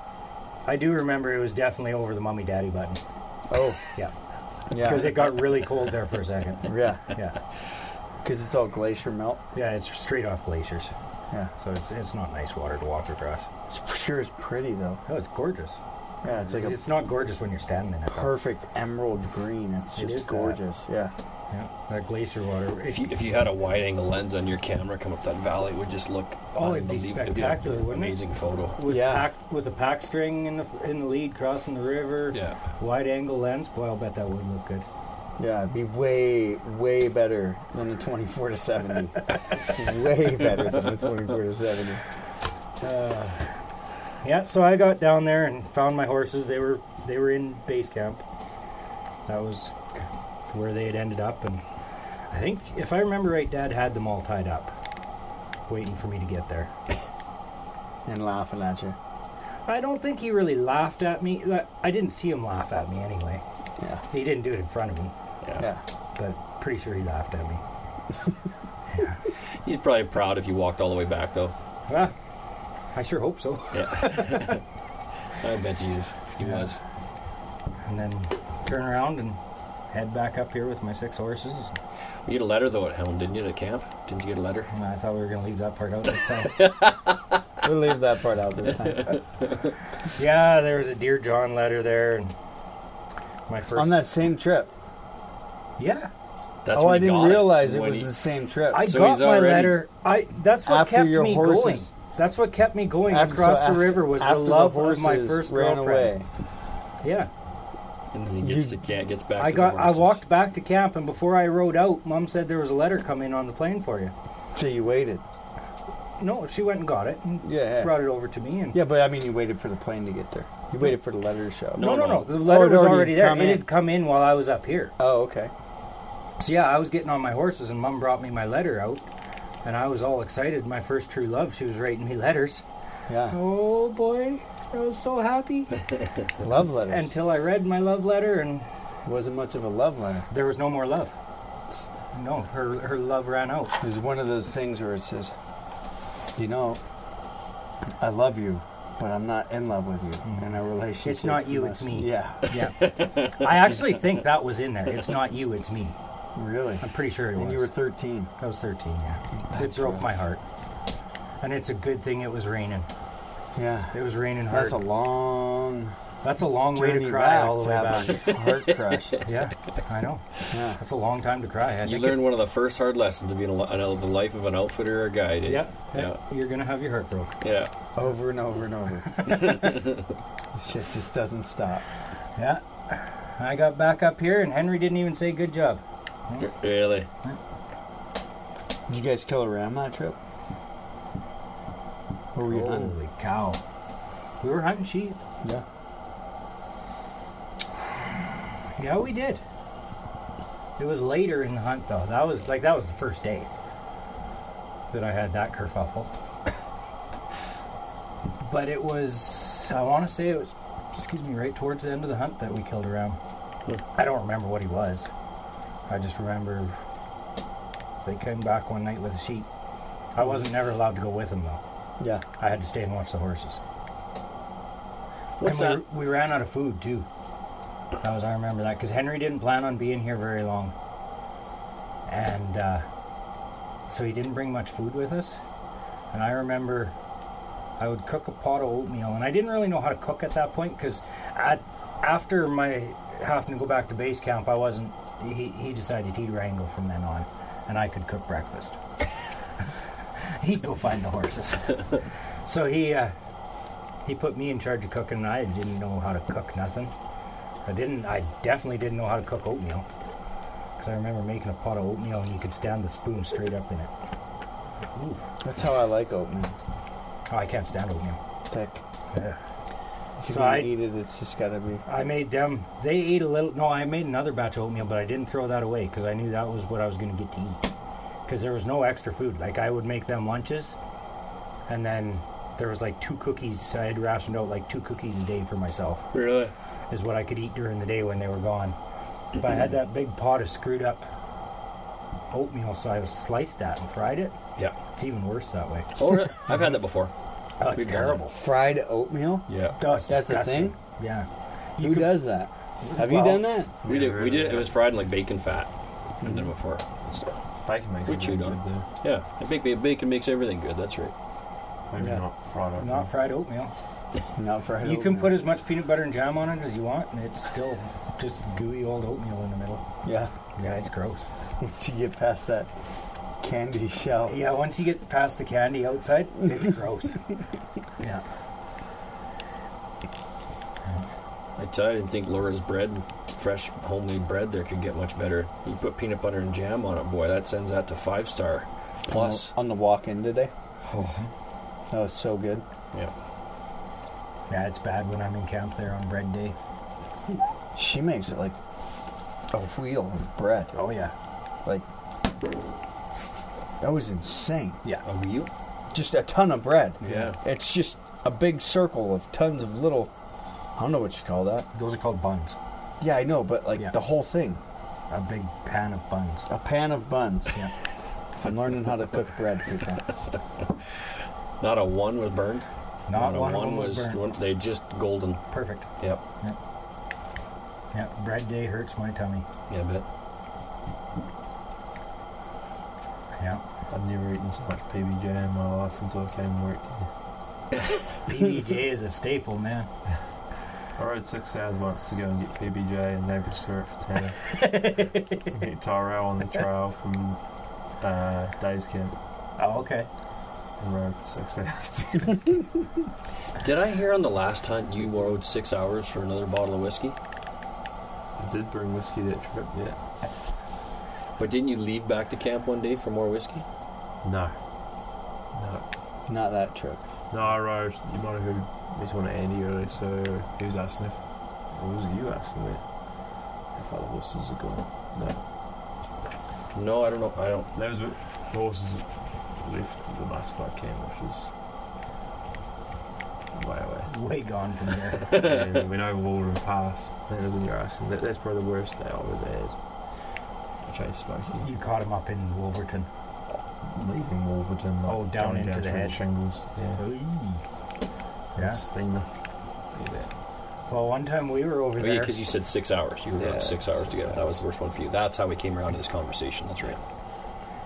Speaker 2: I do remember it was definitely over the mummy daddy button.
Speaker 4: Oh.
Speaker 2: Yeah,
Speaker 4: Yeah.
Speaker 2: because it got really cold there
Speaker 4: (laughs)
Speaker 2: for a second.
Speaker 4: yeah.
Speaker 2: Yeah,
Speaker 4: Because it's all glacier melt.
Speaker 2: yeah, it's straight off glaciers,
Speaker 4: Yeah.
Speaker 2: so it's it's not nice water to walk across.
Speaker 4: It's sure is pretty though.
Speaker 2: Oh, it's gorgeous.
Speaker 4: Yeah, it's like a
Speaker 2: It's not gorgeous when you're standing in it. though.
Speaker 4: perfect emerald green. It's
Speaker 2: It
Speaker 4: just
Speaker 2: is that.
Speaker 4: gorgeous. Yeah.
Speaker 2: Yeah, that glacier water.
Speaker 3: If you, if you had a wide angle lens on your camera come up that valley, it would just look
Speaker 2: Oh, it'd be
Speaker 3: unbelievable. It'd
Speaker 2: spectacular,
Speaker 3: an
Speaker 2: wouldn't it?
Speaker 3: amazing photo.
Speaker 2: with
Speaker 4: Yeah.
Speaker 2: pack, with a pack string in the in the lead crossing the river.
Speaker 3: Yeah.
Speaker 2: Wide angle lens. Boy, I'll bet that would look good.
Speaker 4: Yeah, it'd be way, way better than the 24
Speaker 2: (laughs)
Speaker 4: to 70. way better than the 24 to 70.
Speaker 2: Yeah. So I got down there and found my horses. They were they were in base camp. That was where they had ended up, and I think if I remember right, Dad had them all tied up, waiting for me to get there.
Speaker 4: And laughing at you.
Speaker 2: I don't think he really laughed at me. Like, I didn't see him laugh at me anyway.
Speaker 4: Yeah.
Speaker 2: He didn't do it in front of me,
Speaker 4: Yeah.
Speaker 2: but pretty sure he laughed at me. yeah.
Speaker 3: He's probably proud if you walked all the way back, though.
Speaker 2: Well, I sure hope so.
Speaker 3: Yeah.
Speaker 2: (laughs)
Speaker 3: I bet he is. He was.
Speaker 2: and then turn around and head back up here with my six horses.
Speaker 3: You get a letter, though, at Helm, didn't you, to camp? Didn't you get a letter?
Speaker 2: And I thought we were going to leave that part out this time.
Speaker 4: We'll leave that part out this time.
Speaker 2: yeah, there was a Dear John letter there, and my (laughs) first.
Speaker 4: On that same trip.
Speaker 2: Yeah,
Speaker 3: That's
Speaker 4: oh,
Speaker 3: when
Speaker 4: I
Speaker 3: he
Speaker 4: didn't
Speaker 3: got
Speaker 4: realize it
Speaker 3: when
Speaker 4: was
Speaker 3: he-
Speaker 4: the same trip.
Speaker 2: I
Speaker 3: So
Speaker 2: got
Speaker 3: he's
Speaker 2: my
Speaker 3: already-
Speaker 2: letter. I that's what
Speaker 4: After
Speaker 2: kept
Speaker 4: your
Speaker 2: me
Speaker 4: horses.
Speaker 2: going. That's what kept me going
Speaker 4: After- so
Speaker 2: across
Speaker 4: after-
Speaker 2: the river was the
Speaker 4: after
Speaker 2: love of
Speaker 4: horses
Speaker 2: my first
Speaker 4: ran
Speaker 2: girlfriend. Yeah,
Speaker 3: And then he gets,
Speaker 4: You-
Speaker 3: to camp, gets back
Speaker 2: I
Speaker 3: to
Speaker 2: got.
Speaker 3: the
Speaker 2: I
Speaker 3: horses.
Speaker 2: walked back to camp, and before I rode out, Mom said there was a letter coming on the plane for you.
Speaker 4: away. So you waited.
Speaker 2: No, she went and got it and
Speaker 4: Yeah, yeah.
Speaker 2: brought it over to me, and
Speaker 4: Yeah, but I mean, you waited for the plane to get there. You waited for the letter to show. up.
Speaker 2: No, no,
Speaker 3: No, no.
Speaker 2: no. The letter
Speaker 4: Oh, it
Speaker 2: was
Speaker 4: already
Speaker 2: already there.
Speaker 4: come
Speaker 2: It
Speaker 4: in.
Speaker 2: had come in while I was up here.
Speaker 4: Oh, okay.
Speaker 2: So yeah, I was getting on my horses, and Mum brought me my letter out, and I was all excited. My first true love. She was writing me letters.
Speaker 4: Yeah.
Speaker 2: Oh boy, I was so happy
Speaker 4: Love
Speaker 2: (laughs)
Speaker 4: letters.
Speaker 2: until I read my love letter, and
Speaker 4: wasn't much of a love letter.
Speaker 2: there was no more love. No, her her love ran out.
Speaker 4: It was one of those things where it says, you know, I love you, but I'm not in love with you in a relationship.
Speaker 2: Mm. It's not you, it's
Speaker 4: must-
Speaker 2: me.
Speaker 4: Yeah,
Speaker 2: Yeah, (laughs) I actually think that was in there. It's not you, it's me.
Speaker 4: really.
Speaker 2: I'm pretty sure (laughs) it
Speaker 4: And
Speaker 2: was.
Speaker 4: you were 13.
Speaker 2: I was 13. Yeah, it
Speaker 4: That's
Speaker 2: broke
Speaker 4: rough.
Speaker 2: my heart, and it's a good thing it was raining.
Speaker 4: Yeah.
Speaker 2: It was raining hard.
Speaker 4: That's a long
Speaker 2: That's a long way
Speaker 4: journey
Speaker 2: to cry
Speaker 4: back
Speaker 2: all the
Speaker 4: to
Speaker 2: way back.
Speaker 4: have a heart crush.
Speaker 2: (laughs) yeah, I know.
Speaker 4: Yeah.
Speaker 2: That's a long time to cry. I
Speaker 3: You
Speaker 2: think
Speaker 3: learn one of the first hard lessons of being a, li- of the life of an outfitter or a guide.
Speaker 2: It,
Speaker 3: eh?
Speaker 2: yeah,
Speaker 3: Yeah.
Speaker 2: You're gonna have your heart broke.
Speaker 3: Yeah.
Speaker 4: Over and over and over. Shit just doesn't stop.
Speaker 2: Yeah. I got back up here, and Henry didn't even say good job.
Speaker 3: Really?
Speaker 4: Did you guys kill a ram that trip? Or were
Speaker 2: Oh.
Speaker 4: you hunting?
Speaker 2: Holy cow! We were hunting sheep.
Speaker 4: Yeah.
Speaker 2: Yeah, we did. It was later in the hunt, though. That was like that was the first day that I had that kerfuffle. (coughs) But it was, I want to say it was, excuse me, right towards the end of the hunt that we killed a ram. I don't remember what he was. I just remember they came back one night with a sheep. I wasn't never allowed to go with them though.
Speaker 4: Yeah.
Speaker 2: I had to stay and watch the horses.
Speaker 3: What's
Speaker 2: and
Speaker 3: that?
Speaker 2: We, we ran out of food too. That was I remember that because Henry didn't plan on being here very long, and uh, so he didn't bring much food with us. And I remember I would cook a pot of oatmeal, and I didn't really know how to cook at that point because after my having to go back to base camp, I wasn't. He, he decided he'd wrangle from then on, and I could cook breakfast. (laughs) he'd go find the horses. so he uh, he put me in charge of cooking, and I didn't know how to cook nothing. I didn't. I definitely didn't know how to cook oatmeal because I remember making a pot of oatmeal, and you could stand the spoon straight up in it. Ooh,
Speaker 4: That's how I like oatmeal.
Speaker 2: oh, I can't stand oatmeal.
Speaker 4: Thick.
Speaker 2: Yeah.
Speaker 4: If you're
Speaker 2: So
Speaker 4: gonna
Speaker 2: I-
Speaker 4: eat it, it's just gotta be.
Speaker 2: I made them. They ate a little. No, I made another batch of oatmeal, but I didn't throw that away because I knew that was what I was going to get to eat. Because there was no extra food. Like I would make them lunches, and then there was like two cookies. I had rationed out like two cookies a day for myself.
Speaker 3: Really?
Speaker 2: is what I could eat during the day when they were gone. But I had that big pot of screwed up oatmeal, so I sliced that and fried it.
Speaker 3: Yeah.
Speaker 2: (laughs) It's even worse that way.
Speaker 3: Oh, really? I've had that before.
Speaker 2: Oh, it's
Speaker 3: We've done
Speaker 2: terrible.
Speaker 4: Fried oatmeal?
Speaker 3: Yeah.
Speaker 2: Oh, it's
Speaker 4: That's a
Speaker 2: disgusting.
Speaker 4: thing?
Speaker 2: Yeah.
Speaker 4: Who does that? Have you
Speaker 2: Well-
Speaker 4: done that?
Speaker 3: We did. We did. It was fried in like bacon fat. I've done it before. So,
Speaker 5: Bacon makes
Speaker 3: we
Speaker 5: it really
Speaker 3: chewed
Speaker 5: good,
Speaker 3: on.
Speaker 5: though.
Speaker 3: Yeah. Bacon, bacon makes everything good. That's right.
Speaker 5: Maybe
Speaker 2: Yeah.
Speaker 5: not fried up.
Speaker 2: Not fried oatmeal.
Speaker 4: Not fried
Speaker 2: You can
Speaker 4: oatmeal.
Speaker 2: put as much peanut butter and jam on it as you want, and it's still just gooey old oatmeal in the middle.
Speaker 4: Yeah. (laughs)
Speaker 2: Yeah, it's gross.
Speaker 4: Once you get past that candy shell.
Speaker 2: Yeah, once you get past the candy outside, (laughs) it's gross. Yeah.
Speaker 3: I tell you, I didn't think Laura's bread, fresh homemade bread, there could get much better. You put peanut butter and jam on it, boy, that sends that to five star plus.
Speaker 4: On the, on the walk in today. That was so good.
Speaker 3: Yeah.
Speaker 2: Yeah, it's bad when I'm in camp there on bread day.
Speaker 4: She makes it like a wheel of bread.
Speaker 2: Oh, yeah.
Speaker 4: Like, that was insane.
Speaker 2: Yeah.
Speaker 3: A wheel?
Speaker 4: Just a ton of bread.
Speaker 3: Yeah.
Speaker 4: It's just a big circle of tons of little, I don't know what you call that.
Speaker 2: Those are called buns.
Speaker 4: Yeah, I know, but like
Speaker 2: Yeah.
Speaker 4: the whole thing.
Speaker 2: A big pan of buns.
Speaker 4: A pan of buns.
Speaker 2: Yeah.
Speaker 4: (laughs) I'm learning how to cook bread, people.
Speaker 3: Not a one was burned.
Speaker 2: Not one of them was burned.
Speaker 3: one- they just golden.
Speaker 2: Perfect.
Speaker 3: Yep.
Speaker 2: Yep. Yep. Bread day hurts my tummy.
Speaker 3: Yeah, I bet.
Speaker 2: (laughs) Yeah.
Speaker 5: I've never eaten so much PB jam in my life until I came and worked here.
Speaker 2: PBJ is a staple, man.
Speaker 5: I rode six hours once to go and get PBJ and they prefer it for Tanner. Meet Tyrell on the trail from uh, Dave's camp
Speaker 2: Oh, okay.
Speaker 5: and rode for six hours.
Speaker 3: Did I hear on the last hunt you rode six hours for another bottle of whiskey?
Speaker 5: I did bring whiskey that trip, yeah.
Speaker 3: But didn't you leave back to camp one day for more whiskey?
Speaker 5: No. No.
Speaker 4: Not that trip.
Speaker 5: No, I rode. You might have heard me talking to Andy earlier, so he was asking if. Or was it you asking me if other horses are gone? No.
Speaker 3: No, I don't know. I don't.
Speaker 5: That was when the horses left the last spot came, which is way away.
Speaker 2: Way gone from (laughs) here.
Speaker 5: and we went over Walden Pass. I think that was when you were asking. That, that's probably the worst day I ever had. I chased Smokey.
Speaker 2: you caught him up in Wolverton.
Speaker 5: Leaving Wolverton. like,
Speaker 2: Oh, down
Speaker 5: going
Speaker 2: into the
Speaker 5: through
Speaker 2: head.
Speaker 5: shingles. Yeah.
Speaker 2: Yeah.
Speaker 5: Steamer. Look at that.
Speaker 2: Well, one time we were over
Speaker 3: Oh,
Speaker 2: there.
Speaker 3: yeah, because you said six hours. You were
Speaker 5: Yeah,
Speaker 3: around six hours
Speaker 5: six
Speaker 3: together. That was the worst one for you. That's how we came around to this conversation. That's right.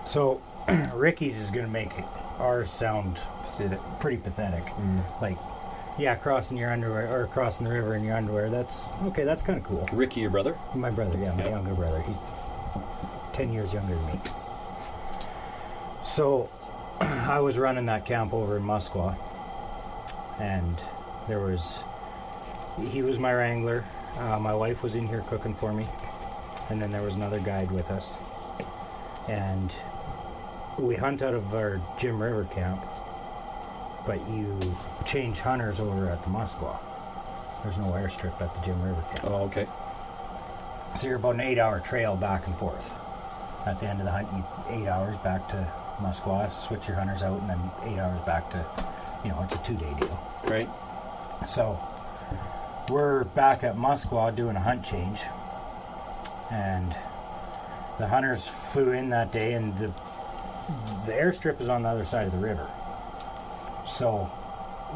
Speaker 2: So, (clears throat) Ricky's is going to make ours sound
Speaker 5: Pathetic.
Speaker 2: pretty pathetic.
Speaker 5: Mm.
Speaker 2: Like, yeah, crossing your underwear or crossing the river in your underwear. That's okay. That's kind of cool.
Speaker 3: Ricky, your brother?
Speaker 2: My brother, yeah, my
Speaker 3: Yeah.
Speaker 2: younger brother. He's ten years younger than me. So, (clears throat) I was running that camp over in Musqua, and there was he was my wrangler. Uh, my wife was in here cooking for me, and then there was another guide with us, and we hunt out of our Jim River camp. But you change hunters over at the Musqua. There's no airstrip at the Jim River camp.
Speaker 3: Oh, okay.
Speaker 2: So you're about an eight hour trail back and forth. At the end of the hunt, you eight hours back to Musqua, switch your hunters out, and then eight hours back to, you know, it's a two day deal.
Speaker 3: Right.
Speaker 2: So we're back at Musqua doing a hunt change. And the hunters flew in that day and the the airstrip is on the other side of the river. So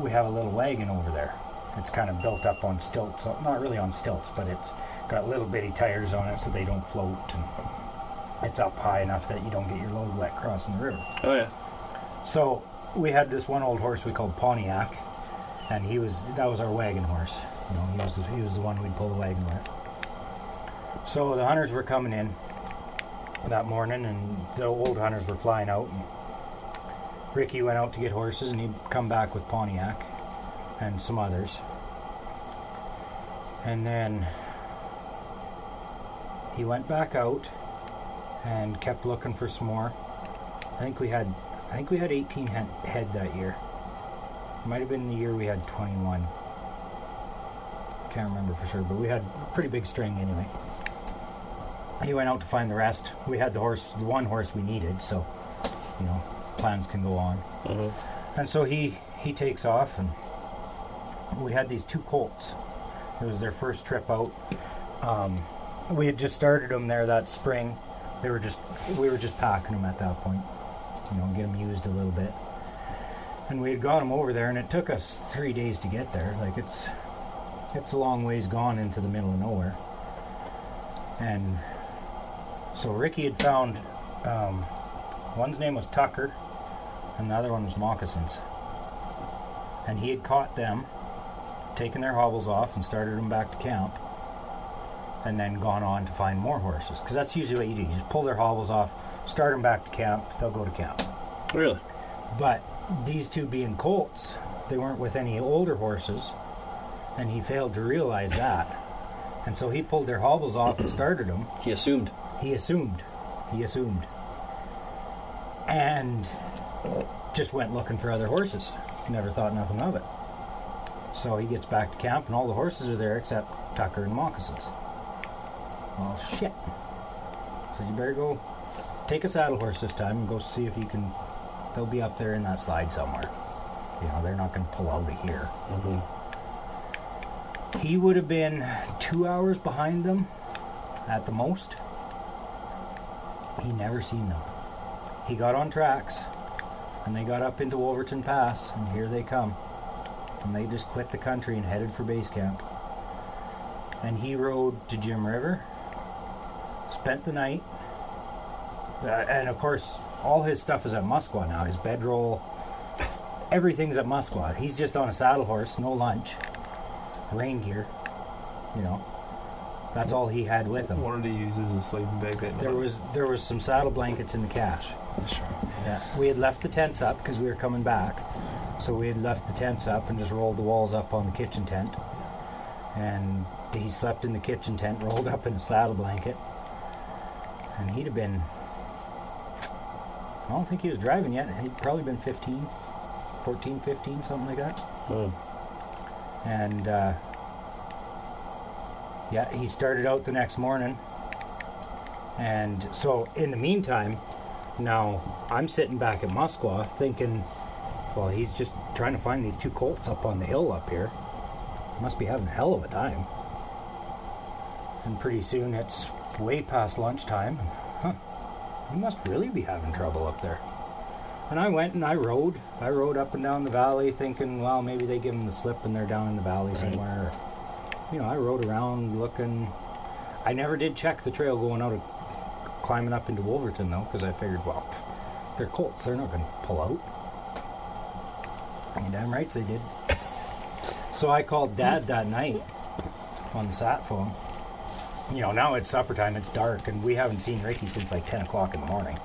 Speaker 2: we have a little wagon over there. It's kind of built up on stilts, not really on stilts, but it's got little bitty tires on it so they don't float and it's up high enough that you don't get your load wet crossing the river.
Speaker 3: Oh, yeah.
Speaker 2: So we had this one old horse we called Pontiac, and he was that was our wagon horse. You know, he was the, he was the one we'd pull the wagon with. So the hunters were coming in that morning, and the old hunters were flying out. And Ricky went out to get horses, and he'd come back with Pontiac and some others. And then he went back out and kept looking for some more. I think we had I think we had 18 head, head that year. Might have been the year we had 21. Can't remember for sure, but we had a pretty big string anyway. He went out to find the rest. We had the horse, the one horse we needed, so you know, plans can go on. And so he he takes off, and we had these two colts. It was their first trip out. Um, we had just started them there that spring. They were just we were just packing them at that point you know, get them used a little bit. And we had got them over there, and it took us three days to get there. Like it's, it's a long ways gone into the middle of nowhere. And so Ricky had found, um, one's name was Tucker, and the other one was Moccasins. And he had caught them, taken their hobbles off and started them back to camp, and then gone on to find more horses. Because that's usually what you do. You just pull their hobbles off, start them back to camp, they'll go to camp.
Speaker 3: Really?
Speaker 2: But these two being colts, they weren't with any older horses, and he failed to realize that. And so he pulled their hobbles off and started them.
Speaker 3: He assumed.
Speaker 2: He assumed. He assumed. And just went looking for other horses. Never thought nothing of it. So he gets back to camp, and all the horses are there except Tucker and Moccasins. Well, shit. So you better go take a saddle horse this time and go see if you can. They'll be up there in that slide somewhere. You know, they're not going to pull out of here. He would have been two hours behind them at the most. He never seen them. He got on tracks and they got up into Wolverton Pass and here they come. And they just quit the country and headed for base camp. And he rode to Jim River, spent the night, uh, and of course, all his stuff is at Musqua now. His bedroll, everything's at Musqua. He's just on a saddle horse, no lunch, rain gear, you know. That's all he had with him.
Speaker 5: One of the uses a sleeping bag that
Speaker 2: There
Speaker 5: night.
Speaker 2: was there was some saddle blankets in the cache. Yeah, we had left the tents up because we were coming back, so we had left the tents up and just rolled the walls up on the kitchen tent. And he slept in the kitchen tent, rolled up in a saddle blanket, and he'd have been. I don't think he was driving yet. He'd probably been 15, 14, 15, something like that. And uh, yeah, he started out the next morning. And so in the meantime, now I'm sitting back at Musqua thinking, well, he's just trying to find these two colts up on the hill up here. Must be having a hell of a time. And pretty soon it's way past lunchtime. Huh. He must really be having trouble up there. And I went and I rode. I rode up and down the valley thinking, well, maybe they give him the slip and they're down in the valley somewhere. You know, I rode around looking. I never did check the trail going out of climbing up into Wolverton though, because I figured, well, they're colts. They're not going to pull out. And damn right they did. (coughs) So I called Dad that night on the sat phone. You know, now it's supper time. It's dark, and we haven't seen Ricky since like ten o'clock in the morning.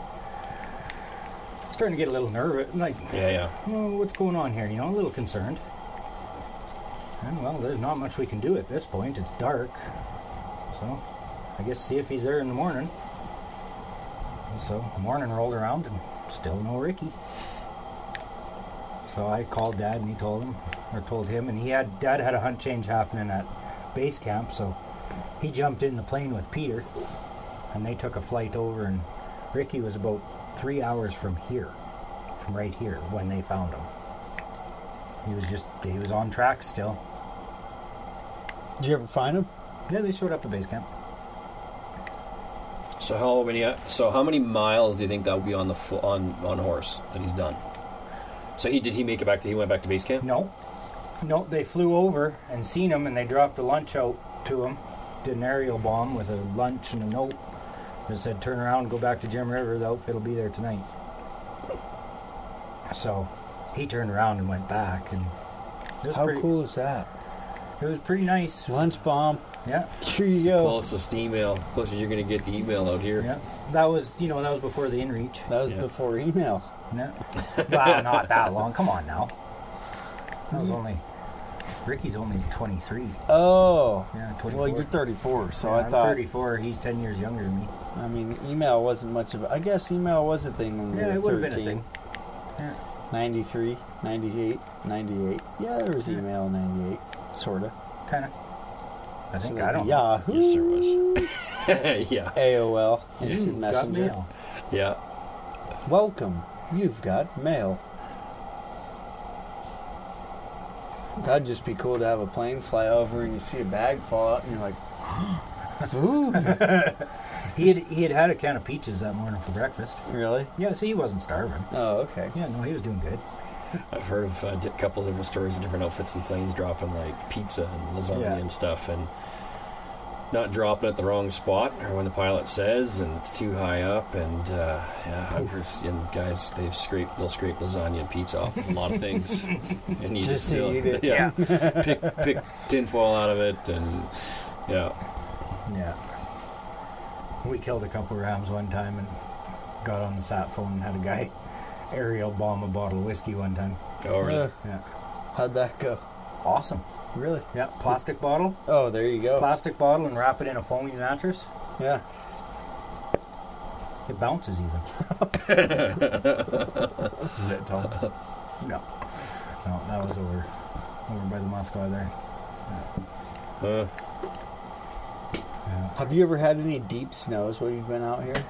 Speaker 2: Starting to get a little nervous, like
Speaker 3: Yeah, yeah.
Speaker 2: well, what's going on here? You know, a little concerned. And well, there's not much we can do at this point. It's dark. So, I guess see if he's there in the morning. And So, morning rolled around and still no Ricky. So I called Dad and he told him, or told him, and he had Dad had a hunt change happening at base camp, so he jumped in the plane with Peter, and they took a flight over, and Ricky was about three hours from here from right here when they found him. He was just he was on track still.
Speaker 4: Did you ever find him?
Speaker 2: Yeah, they showed up at base camp.
Speaker 3: So how many? uh, So how many miles do you think that would be on the fo- on on horse that he's done? So he did he make it back to he went back to base camp?
Speaker 2: No, no, they flew over and seen him, and they dropped a lunch out to him. Did an aerial bomb with a lunch and a note that said, "Turn around, and go back to Jim River. The outfit'll be there tonight." So he turned around and went back, and it was
Speaker 4: How
Speaker 2: pretty,
Speaker 4: cool is that?
Speaker 2: It was pretty nice.
Speaker 4: Lunch bomb.
Speaker 2: Yeah.
Speaker 4: Here you
Speaker 3: It's the
Speaker 4: go.
Speaker 3: closest email, closest you're gonna get the email out here.
Speaker 2: Yeah, that was you know that was before the inReach.
Speaker 4: That was
Speaker 3: Yeah.
Speaker 4: before email.
Speaker 2: No. well, not that long. Come on now. That was only. Ricky's only 23.
Speaker 4: Oh.
Speaker 2: Yeah, 24.
Speaker 4: Well, you're 34, so
Speaker 2: Yeah,
Speaker 4: I
Speaker 2: I'm
Speaker 4: thought.
Speaker 2: 34. He's 10 years younger than me.
Speaker 4: I mean, email wasn't much of. I guess email was a thing when we
Speaker 2: Yeah, it
Speaker 4: were
Speaker 2: would
Speaker 4: 13.
Speaker 2: have been a thing. Yeah.
Speaker 4: 93, 98, 98. Yeah, there was
Speaker 2: Hmm.
Speaker 4: email in 98, sort of.
Speaker 2: Kind of. I think I don't. know.
Speaker 4: Yahoo.
Speaker 3: Yes, there was. (laughs) yeah,
Speaker 4: AOL, Instant
Speaker 2: Got
Speaker 4: Messenger.
Speaker 2: mail.
Speaker 3: yeah.
Speaker 4: Welcome. You've got mail. That'd just be cool to have a plane fly over and you see a bag fall out and you're like, (gasps) food. (laughs)
Speaker 2: He had he had had a can of peaches that morning for breakfast.
Speaker 4: really?
Speaker 2: Yeah, so he wasn't starving.
Speaker 4: Oh, okay.
Speaker 2: Yeah, no, he was doing good.
Speaker 3: I've heard of uh, di- a couple of different stories of different outfits and planes dropping like pizza and lasagna
Speaker 2: Yeah.
Speaker 3: and stuff, and not dropping at the wrong spot or when the pilot says and it's too high up and uh, yeah I've heard- and guys they've scraped they'll scrape lasagna and pizza off of a lot of things and you
Speaker 4: Just
Speaker 3: just,
Speaker 4: to
Speaker 3: still,
Speaker 4: eat
Speaker 3: (laughs)
Speaker 4: it.
Speaker 3: yeah, pick pick tinfoil out of it and yeah
Speaker 2: Yeah. We killed a couple rams one time and got on the sat phone and had a guy (laughs) aerial bomb a bottle of whiskey one time.
Speaker 3: oh really
Speaker 4: Uh,
Speaker 2: Yeah.
Speaker 4: how'd that go?
Speaker 2: Awesome.
Speaker 4: Really?
Speaker 2: Yeah. Plastic bottle.
Speaker 4: Oh, there you go.
Speaker 2: Plastic bottle and wrap it in a foamy mattress.
Speaker 4: Yeah.
Speaker 2: It bounces even. (laughs)
Speaker 5: Is that tall?
Speaker 2: No. No, that was over over by the Moscow there.
Speaker 3: Huh.
Speaker 2: Yeah.
Speaker 4: Have you ever had any deep snows while you've been out here?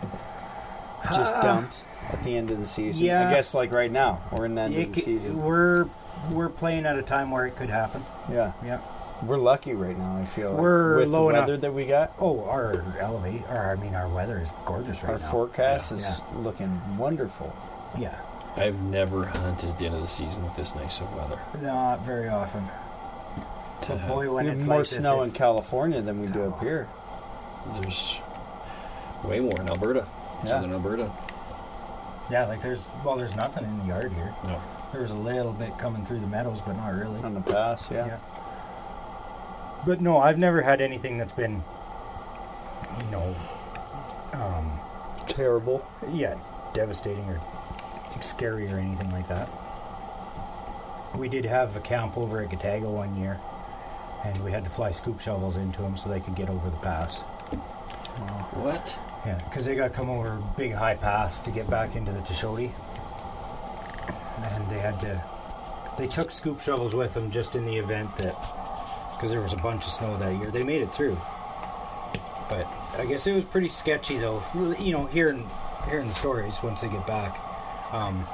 Speaker 4: Just
Speaker 2: Ah.
Speaker 4: dumps at the end of the season.
Speaker 2: Yeah.
Speaker 4: I guess like right now we're in the end
Speaker 2: It
Speaker 4: of the
Speaker 2: c-
Speaker 4: season.
Speaker 2: we're we're playing at a time where it could happen.
Speaker 4: Yeah,
Speaker 2: Yeah.
Speaker 4: we're lucky right now. I feel like.
Speaker 2: We're
Speaker 4: with
Speaker 2: low
Speaker 4: the
Speaker 2: enough.
Speaker 4: weather that we got.
Speaker 2: Oh, our elevate, or I mean, our weather is gorgeous right
Speaker 4: Our
Speaker 2: now.
Speaker 4: forecast is
Speaker 2: Yeah.
Speaker 4: looking wonderful.
Speaker 2: Yeah,
Speaker 3: I've never hunted at the end of the season with this nice of weather
Speaker 2: not very often. But boy, when
Speaker 4: Uh-huh. we have
Speaker 2: it's
Speaker 4: more
Speaker 2: like this,
Speaker 4: snow in
Speaker 2: it's-
Speaker 4: California than we do up here.
Speaker 3: there's way more in Alberta southern Alberta
Speaker 2: Yeah, like there's well, there's nothing in the yard here.
Speaker 3: no
Speaker 2: There was a little bit coming through the meadows, but not really.
Speaker 4: On the pass, yeah.
Speaker 2: But no, I've never had anything that's been, you know, um,
Speaker 4: Terrible.
Speaker 2: yeah, devastating or scary or anything like that. We did have a camp over at Gatago one year, and we had to fly scoop shovels into them so they could get over the pass.
Speaker 3: what
Speaker 2: Yeah, because they got to come over a big high pass to get back into the Toshodi. And they had to. They took scoop shovels with them just in the event that. Because there was a bunch of snow that year. They made it through. But I guess it was pretty sketchy, though. Really, You know, hearing, hearing the stories once they get back, um,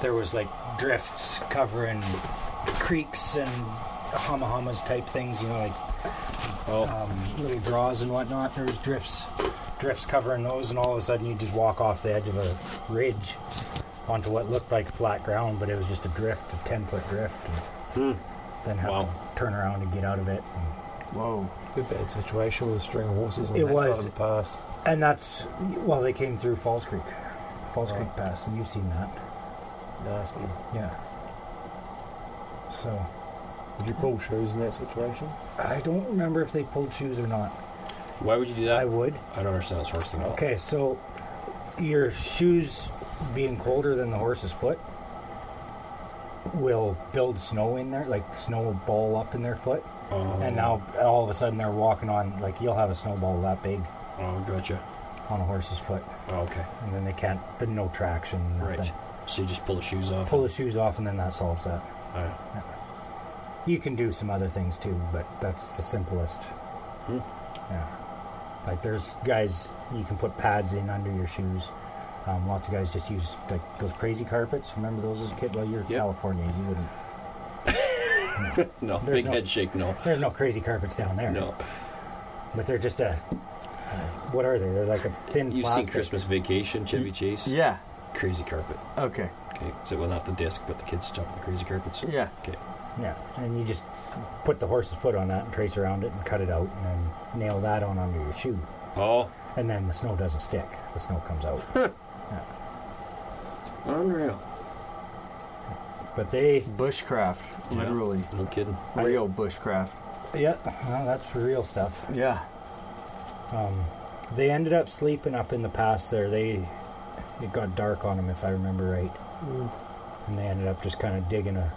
Speaker 2: there was like drifts covering creeks and hamahamas type things, you know, like
Speaker 3: oh
Speaker 2: um, little draws and whatnot. There was drifts, drifts covering those, and all of a sudden you just walk off the edge of a ridge onto what looked like flat ground, but it was just a drift, a ten foot drift, and then have
Speaker 3: Wow.
Speaker 2: to turn around and get out of it.
Speaker 4: Whoa.
Speaker 5: Good bad situation with a string of horses on
Speaker 2: It
Speaker 5: that
Speaker 2: was.
Speaker 5: side of the pass.
Speaker 2: And that's well, they came through Falls Creek, Falls Creek Pass, and you've seen that,
Speaker 5: Nasty.
Speaker 2: yeah. So
Speaker 5: Would you pull shoes in that situation?
Speaker 2: I don't remember if they pulled shoes or not.
Speaker 3: why would you do that
Speaker 2: I would.
Speaker 3: I don't understand this horse thing at all.
Speaker 2: Okay, so your shoes being colder than the horse's foot will build snow in there, like snow will ball up in their foot.
Speaker 3: Oh.
Speaker 2: And now all of a sudden they're walking on, like you'll have a snowball that big
Speaker 3: oh gotcha
Speaker 2: on a horse's foot.
Speaker 3: oh, okay
Speaker 2: And then they can't, then no traction.
Speaker 3: right
Speaker 2: Nothing.
Speaker 3: so you just pull the shoes off
Speaker 2: Pull the shoes off and then that solves that.
Speaker 3: Alright.
Speaker 2: You can do some other things too, but that's the simplest. Hmm?
Speaker 3: Hmm?
Speaker 2: Yeah. Like there's guys you can put pads in under your shoes. Um, lots of guys just use like those crazy carpets. Remember those as a kid? Well, you're
Speaker 3: Yeah.
Speaker 2: California. You wouldn't.
Speaker 3: No,
Speaker 2: There's
Speaker 3: big
Speaker 2: no-
Speaker 3: head shake. No,
Speaker 2: There's no crazy carpets down there.
Speaker 3: no.
Speaker 2: But they're just a. What are they? They're like a thin
Speaker 3: You've
Speaker 2: plastic.
Speaker 3: seen Christmas Vacation, Chevy Chase.
Speaker 4: Yeah.
Speaker 3: Crazy carpet.
Speaker 4: Okay.
Speaker 3: Okay, so well, not the disc, but the kids jump on the crazy carpets.
Speaker 4: Yeah.
Speaker 3: Okay.
Speaker 2: Yeah, and you just put the horse's foot on that and trace around it and cut it out and then nail that on under your shoe.
Speaker 3: Oh,
Speaker 2: And then the snow doesn't stick. The snow comes out. Yeah.
Speaker 3: unreal.
Speaker 2: But they
Speaker 4: Bushcraft,
Speaker 3: Yeah.
Speaker 4: literally.
Speaker 3: No kidding.
Speaker 2: I-
Speaker 4: Real bushcraft.
Speaker 2: Yeah, well, that's for real stuff.
Speaker 4: Yeah.
Speaker 2: They ended up sleeping up in the pass there. They it got dark on them, if I remember right,
Speaker 4: Mm.
Speaker 2: and they ended up just kind of digging a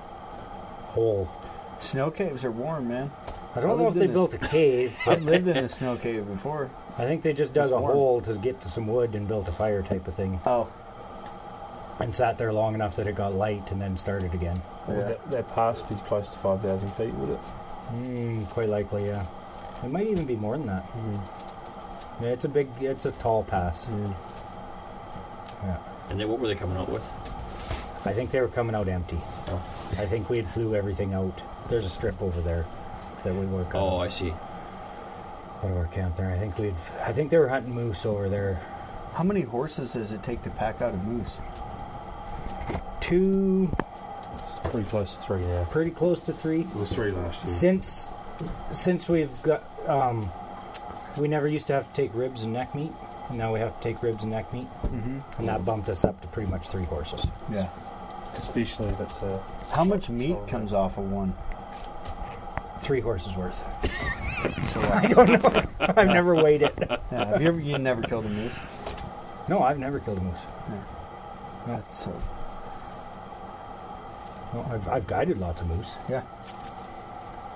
Speaker 2: hole.
Speaker 4: Snow caves are warm, man.
Speaker 2: I don't know if they built a cave.
Speaker 4: (laughs) I've lived in a snow cave before.
Speaker 2: I think they just dug
Speaker 4: It's
Speaker 2: a
Speaker 4: warm.
Speaker 2: hole to get to some wood and built a fire type of thing,
Speaker 4: Oh.
Speaker 2: and sat there long enough that it got light and then started again.
Speaker 5: Would
Speaker 4: Yeah.
Speaker 5: that, that pass be close to 5,000 feet, would it?
Speaker 2: Mm, quite likely, yeah. It might even be more than that.
Speaker 4: Mm.
Speaker 2: Yeah, it's a big, it's a tall pass. Yeah.
Speaker 3: And then what were they coming out with?
Speaker 2: I think they were coming out empty.
Speaker 3: Oh,
Speaker 2: I think we had flew everything out. There's a strip over there that we work
Speaker 3: oh
Speaker 2: on.
Speaker 3: I see.
Speaker 2: One of our camp there. I think we'd. I think they were hunting moose over there.
Speaker 4: How many horses does it take to pack out a moose?
Speaker 2: Two,
Speaker 5: It's pretty close to 3 now.
Speaker 2: pretty close to three.
Speaker 5: It was 3 last
Speaker 2: Since, since we've got um, We never used to have to take ribs and neck meat. and Now we have to take ribs and neck meat,
Speaker 4: Mm-hmm.
Speaker 2: and that bumped us up to pretty much three horses.
Speaker 4: Yeah.
Speaker 5: Especially if it's a.
Speaker 4: How much meat comes off of one?
Speaker 2: Three horses worth. (laughs)
Speaker 4: (laughs) It's a lot.
Speaker 2: I don't know. I've never weighed it.
Speaker 4: Yeah, have you ever? You never killed a moose?
Speaker 2: No, I've never killed a moose.
Speaker 4: That's so.
Speaker 2: No, I've, I've guided lots of moose,
Speaker 4: Yeah.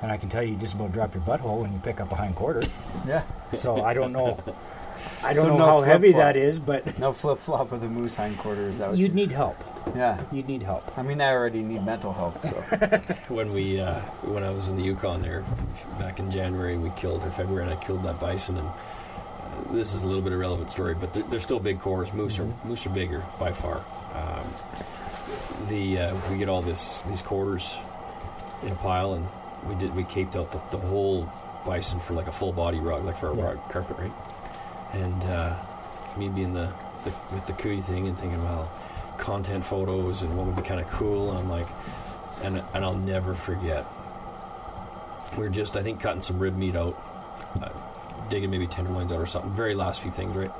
Speaker 2: and I can tell you just about drop your butthole when you pick up a hind quarter.
Speaker 4: Yeah.
Speaker 2: So I don't know. I don't know
Speaker 4: So no
Speaker 2: how heavy
Speaker 4: flip-flop.
Speaker 2: that is, but
Speaker 4: No flip flop with a moose hindquarter. Is that what
Speaker 2: you'd
Speaker 4: you-
Speaker 2: need help.
Speaker 4: Yeah.
Speaker 2: You'd need help. (laughs)
Speaker 4: I mean, I already need mental help, so. (laughs)
Speaker 3: When we, uh, when I was in the Yukon there back in January, we killed or February, and I killed that bison. And uh, this is a little bit irrelevant story, but they're, they're still big cores. Moose are moose are bigger by far. Um, the uh, we get all this these quarters in a pile, and we did we caped out the, the whole bison for like a full body rug, like for a
Speaker 2: Yeah.
Speaker 3: rug carpet, right? And uh, me being the, the with the cootie thing and thinking, well, content photos and what would be kind of cool, and I'm like, and and I'll never forget. We were just I think cutting some rib meat out, uh, digging maybe tenderloins out or something. Very last few things, right?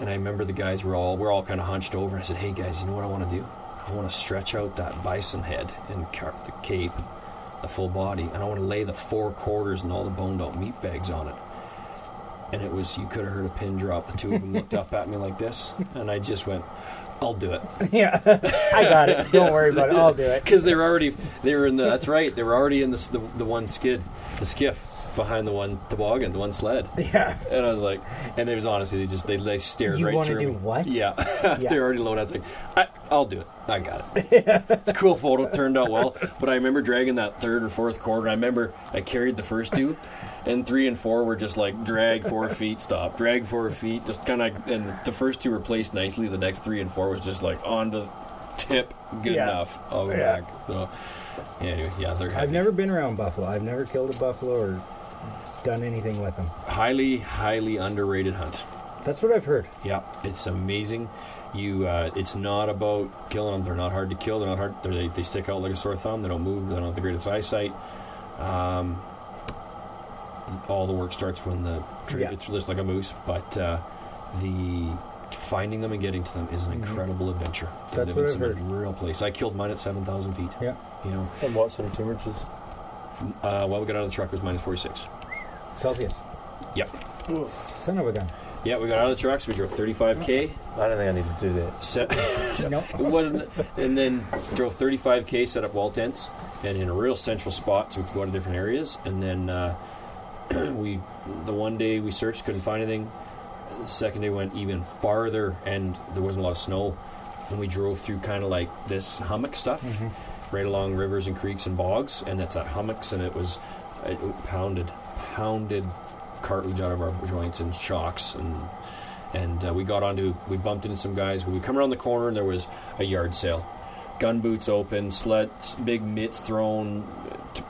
Speaker 3: And I remember the guys were all we're all kind of hunched over. And I said, "Hey guys, you know what I want to do? I want to stretch out that bison head and car- the cape, the full body, and I want to lay the four quarters and all the boned out meat bags on it." And it was you could have heard a pin drop. The two of them looked up at me like this, and I just went, "I'll do it."
Speaker 2: yeah, I got it. Don't worry about it. I'll do it.
Speaker 3: because they were already they were in the that's right they were already in this the, the one skid the skiff behind the one toboggan the one sled
Speaker 2: Yeah.
Speaker 3: and I was like and it was honestly they just they, they stared
Speaker 2: You
Speaker 3: right
Speaker 2: wanna
Speaker 3: through
Speaker 2: do
Speaker 3: me.
Speaker 2: what?
Speaker 3: yeah (laughs)
Speaker 2: Yeah.
Speaker 3: they're already loaded I was like I, I'll do it I got
Speaker 2: (laughs)
Speaker 3: it it's a cool photo turned out well but I remember dragging that third or fourth quarter I remember I carried the first two and three and four were just like drag four feet stop drag four feet just kind of and the first two were placed nicely the next three and four was just like on the tip good
Speaker 2: Yeah.
Speaker 3: enough I'll go
Speaker 2: Yeah.
Speaker 3: back so yeah, anyway, yeah, they're
Speaker 2: I've
Speaker 3: heavy.
Speaker 2: never been around buffalo. I've never killed a buffalo or done anything with them.
Speaker 3: highly, highly underrated hunt.
Speaker 2: That's what I've heard.
Speaker 3: Yeah, it's amazing. You, uh, it's not about killing them. They're not hard to kill. They're not hard. They're, they they stick out like a sore thumb. They don't move. They don't have the greatest eyesight. Um, all the work starts when the tree.
Speaker 2: Yeah.
Speaker 3: It's just like a moose, but uh, the finding them and getting to them is an incredible adventure. They
Speaker 2: Mm-hmm. That's
Speaker 3: live
Speaker 2: what
Speaker 3: in
Speaker 2: I've
Speaker 3: some
Speaker 2: heard.
Speaker 3: Real place. I killed mine at seven thousand feet.
Speaker 2: Yeah.
Speaker 3: You know,
Speaker 5: And what sort of temperatures?
Speaker 3: uh, while we got out of the truck, it was minus forty six.
Speaker 2: Celsius.
Speaker 3: Yep.
Speaker 2: Son of a gun.
Speaker 3: Yeah, we got out of the trucks. We drove thirty five k.
Speaker 5: I don't think I need to do that.
Speaker 3: set it
Speaker 2: Nope.
Speaker 3: wasn't and then drove 35k set up wall tents and in a real central spot so we could go to different areas and then uh, (clears throat) we the one day we searched couldn't find anything the second day went even farther and there wasn't a lot of snow and we drove through kind of like this hummock stuff right along rivers and creeks and bogs and that's at hummocks and it was it pounded pounded cartilage out of our joints and shocks and and uh, we got onto we bumped into some guys we come around the corner and there was a yard sale gun boots open sled big mitts thrown t-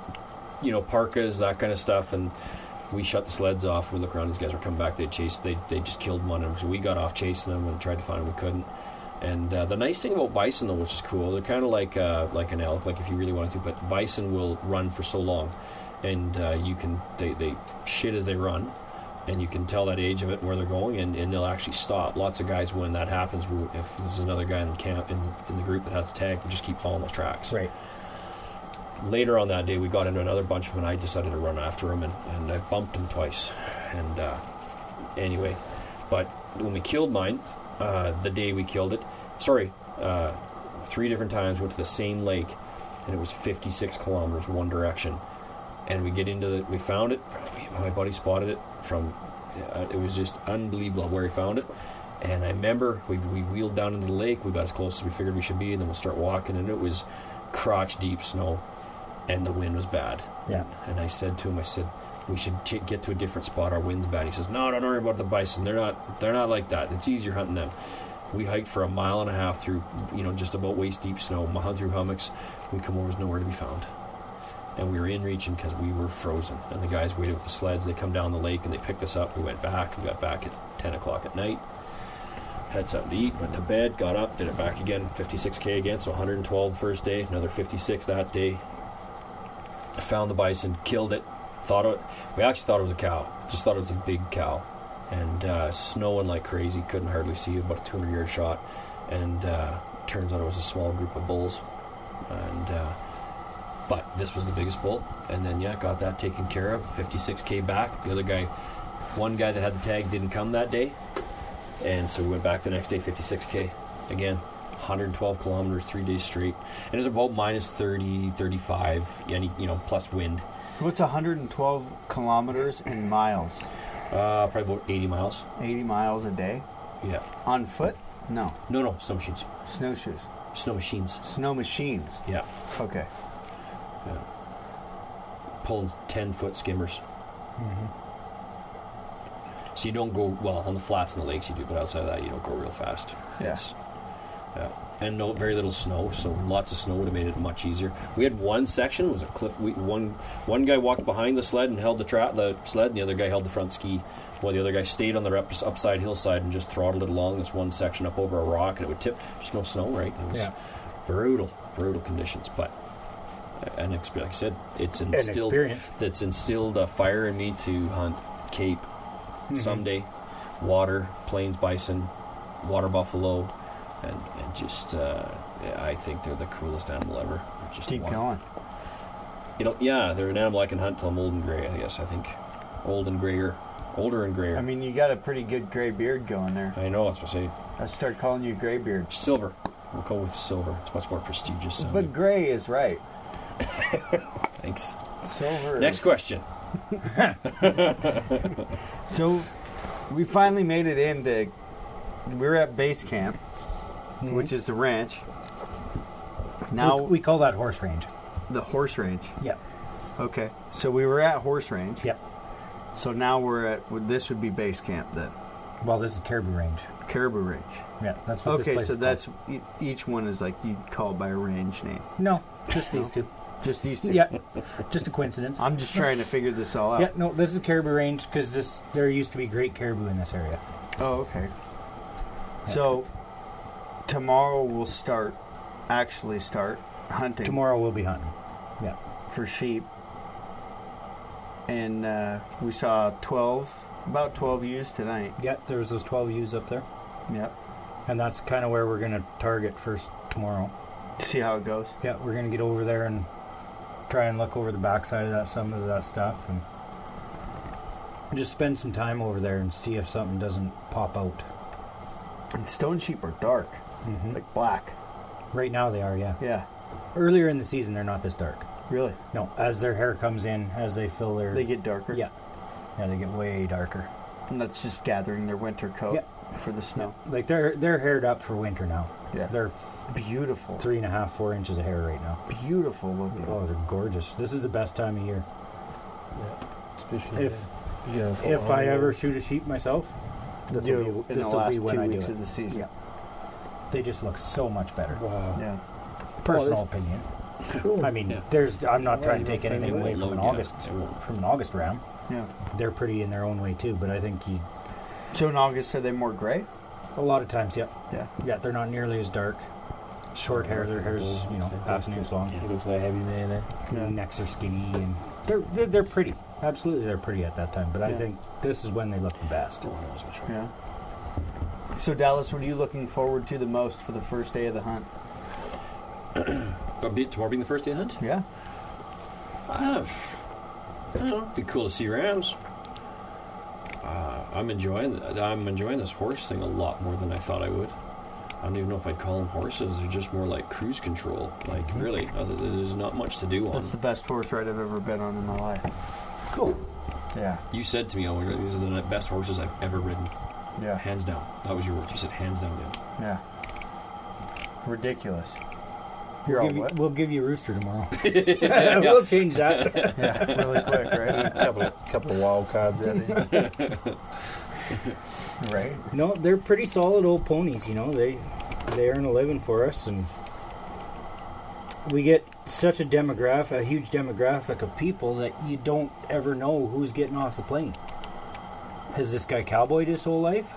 Speaker 3: you know parkas that kind of stuff and we shut the sleds off we look around these guys were coming back they chased they, they just killed one of them so we got off chasing them and tried to find them we couldn't and uh, the nice thing about bison though which is cool they're kind of like uh, like an elk like if you really wanted to but bison will run for so long and uh, you can they, they shit as they run and you can tell that age of it and where they're going, and, and they'll actually stop. Lots of guys, when that happens, will- if there's another guy in the camp in, in the group that has a tag, we just keep following those tracks.
Speaker 2: Right.
Speaker 3: Later on that day, we got into another bunch of them, and I decided to run after them, and, and I bumped them twice. And uh, anyway, but when we killed mine, uh, the day we killed it, sorry, uh, three different times went to the same lake, and it was 56 kilometers one direction. And we get into the, we found it. My buddy spotted it from. Uh, it was just unbelievable where he found it. And I remember we, we wheeled down into the lake. We got as close as we figured we should be, and then we'll start walking. And it was crotch deep snow, and the wind was bad.
Speaker 2: Yeah.
Speaker 3: And I said to him, I said, we should ch get to a different spot. Our wind's bad. He says, no, don't worry about the bison. They're not, they're not like that. It's easier hunting them. We hiked for a mile and a half through, you know, just about waist deep snow, mu- through hummocks. We come over, there's nowhere to be found. And we were in reaching because we were frozen. And the guys waited with the sleds. They come down the lake and they picked us up. We went back. We got back at 10 o'clock at night. Had something to eat, went to bed, got up, did it back again. 56K again, so 112 first day, another 56 that day found the bison, killed it, Thought it, we actually thought it was a cow. Just thought it was a big cow, and uh, snowing like crazy. Couldn't hardly see about a 200 yard shot, and uh, turns out it was a small group of bulls, and. Uh, but this was the biggest bull, and then yeah, got that taken care of. 56k back. The other guy, one guy that had the tag didn't come that day, and so we went back the next day, 56k again, 112 kilometers, three days straight, and it was about minus 30, 35, any you know, plus wind,
Speaker 4: What's 112 kilometers in miles?
Speaker 3: uh, probably about 80 miles.
Speaker 4: 80 miles a day?
Speaker 3: Yeah,
Speaker 4: On foot? No.
Speaker 3: no, no, snow machines,
Speaker 4: Snowshoes.
Speaker 3: snow machines.
Speaker 4: Snow machines.
Speaker 3: Yeah,
Speaker 4: Okay.
Speaker 3: yeah. pulling 10 foot skimmers. So you don't go well on the flats and the lakes you do, but outside of that you don't go real fast.
Speaker 4: Yeah.
Speaker 3: It's- yeah. And no, very little snow, so lots of snow would have made it much easier. We had one section it was a cliff. We, one one guy walked behind the sled and held the tra- the sled, and the other guy held the front ski. While the other guy stayed on the up- upside hillside and just throttled it along this one section up over a rock, and it would tip. Just no snow, right? It was
Speaker 2: Yeah.
Speaker 3: brutal, brutal conditions, but an exp- like I said, it's instilled
Speaker 2: experience.
Speaker 3: that's instilled a fire in me to hunt cape someday, water, plains bison, water buffalo, and, and just uh, yeah, I think they're the coolest animal ever. They're Just
Speaker 4: Keep
Speaker 3: wild.
Speaker 4: going.
Speaker 3: It'll, yeah, they're an animal I can hunt till I'm old and gray. I guess I think old and grayer, older and grayer.
Speaker 4: I mean, you got a pretty good gray beard going there.
Speaker 3: I know that's what I say.
Speaker 4: I start calling you gray beard.
Speaker 3: Silver. We'll go with silver. It's much more prestigious. sounding.
Speaker 4: But gray is right.
Speaker 3: Thanks.
Speaker 4: Silver.
Speaker 3: Next
Speaker 4: is-
Speaker 3: question.
Speaker 4: So, we finally made it into. We were at base camp,
Speaker 2: Hmm.
Speaker 4: which is the ranch. Now
Speaker 2: we, we call that horse range.
Speaker 4: the horse range.
Speaker 2: Yep.
Speaker 4: Okay. So we were at horse range.
Speaker 2: Yep.
Speaker 4: So now we're at. well, This would be base camp then.
Speaker 2: Well, this is caribou range.
Speaker 4: Caribou range.
Speaker 2: Yeah, that's what this
Speaker 4: Okay,
Speaker 2: place
Speaker 4: so
Speaker 2: is called.
Speaker 4: that's e- each one is like you'd call by a range name.
Speaker 2: no, just these two.
Speaker 4: Just these two.
Speaker 2: Yeah, just a coincidence.
Speaker 4: I'm just trying to figure this all out.
Speaker 2: yeah, no, this is caribou range because this there used to be great caribou in this area.
Speaker 4: Oh, okay. So tomorrow we'll start, actually start hunting
Speaker 2: Tomorrow we'll be hunting. Yeah,
Speaker 4: for sheep. And uh, we saw 12, about 12 ewes tonight.
Speaker 2: yeah. There's those 12 ewes up there,
Speaker 4: Yep.
Speaker 2: and that's kind of where we're gonna target first tomorrow.
Speaker 4: See how it goes.
Speaker 2: Yeah, we're gonna get over there and try and look over the backside of that some of that stuff and just spend some time over there and see if something doesn't pop out.
Speaker 4: And stone sheep are dark, like black.
Speaker 2: Right now they are, yeah.
Speaker 4: Mm-hmm. Yeah,
Speaker 2: Earlier in the season they're not this dark.
Speaker 4: really.
Speaker 2: No, as their hair comes in, as they fill their
Speaker 4: They get darker.
Speaker 2: yeah, yeah, they get way darker.
Speaker 4: And that's just gathering their winter coat
Speaker 2: Yeah.
Speaker 4: for the snow.
Speaker 2: Like they're they're haired up for winter now.
Speaker 4: Yeah.
Speaker 2: they're
Speaker 4: Beautiful.
Speaker 2: three and a half, four inches of hair right now.
Speaker 4: Beautiful looking.
Speaker 2: Oh, they're gorgeous. This is the best time of year.
Speaker 5: Especially
Speaker 2: If-
Speaker 5: you gotta put
Speaker 2: If
Speaker 5: on
Speaker 2: I
Speaker 5: your-
Speaker 2: ever shoot a sheep myself, this
Speaker 4: Do
Speaker 2: will
Speaker 4: it
Speaker 2: be
Speaker 4: in
Speaker 2: this
Speaker 4: the
Speaker 2: will
Speaker 4: last
Speaker 2: be when
Speaker 4: two
Speaker 2: I do
Speaker 4: weeks
Speaker 2: it.
Speaker 4: of the season.
Speaker 2: Yeah. They just look so much better.
Speaker 5: Wow.
Speaker 4: Yeah.
Speaker 2: Personal
Speaker 5: this-
Speaker 2: opinion.
Speaker 5: Cool.
Speaker 2: I mean,
Speaker 3: Yeah.
Speaker 2: there's. I'm not
Speaker 5: Well,
Speaker 2: trying
Speaker 5: you
Speaker 2: to take
Speaker 5: don't
Speaker 2: anything
Speaker 5: take
Speaker 2: away
Speaker 5: it
Speaker 2: from an
Speaker 3: away.
Speaker 2: August
Speaker 3: It won't.
Speaker 2: from an August ram.
Speaker 4: Yeah.
Speaker 2: They're pretty in their own way too, but I think you.
Speaker 4: So in August, are they more gray?
Speaker 2: A lot of times, yep.
Speaker 4: Yeah.
Speaker 2: Yeah, they're not nearly as dark. Short hair, their hair's you know half an inch long.
Speaker 5: He looks like a heavy man. (laughs) Eh?
Speaker 4: Yeah.
Speaker 2: Necks are skinny, and they're, they're they're pretty. Absolutely, they're pretty at that time. But I
Speaker 4: Yeah.
Speaker 2: think this is when they look the best.
Speaker 3: Oh, I was gonna show you.
Speaker 4: Yeah. So Dallas, what are you looking forward to the most for the first day of the hunt?
Speaker 3: Uh, be- Tomorrow being the first day of the hunt.
Speaker 4: Yeah.
Speaker 3: Uh,
Speaker 2: Oh.
Speaker 3: I don't know. It'd be cool to see Rams. Uh, I'm enjoying I'm enjoying this horse thing a lot more than I thought I would. I don't even know if I'd call them horses. They're just more like cruise control. Like
Speaker 2: Mm-hmm.
Speaker 3: really, other than- there's not much to do on.
Speaker 4: That's the
Speaker 3: them.
Speaker 4: best horse ride I've ever been on in my life.
Speaker 3: Cool.
Speaker 4: Yeah.
Speaker 3: You said to me, "Oh, these are the best horses I've ever ridden,
Speaker 4: Yeah.
Speaker 3: hands down." That was your words. You said, "Hands down." Dan."
Speaker 4: Yeah. Ridiculous. You're all
Speaker 2: give you-
Speaker 4: what?
Speaker 2: we'll give you rooster
Speaker 4: (laughs)
Speaker 2: tomorrow. (laughs) We'll change that.
Speaker 4: Yeah, really quick, right?
Speaker 5: couple of, couple of wild cards out (laughs) there.
Speaker 4: (laughs) Right.
Speaker 2: no, they're pretty solid old ponies. You know, they they earn a living for us, and we get such a demographic, a huge demographic of people that you don't ever know who's getting off the plane. Has this guy cowboyed his whole life?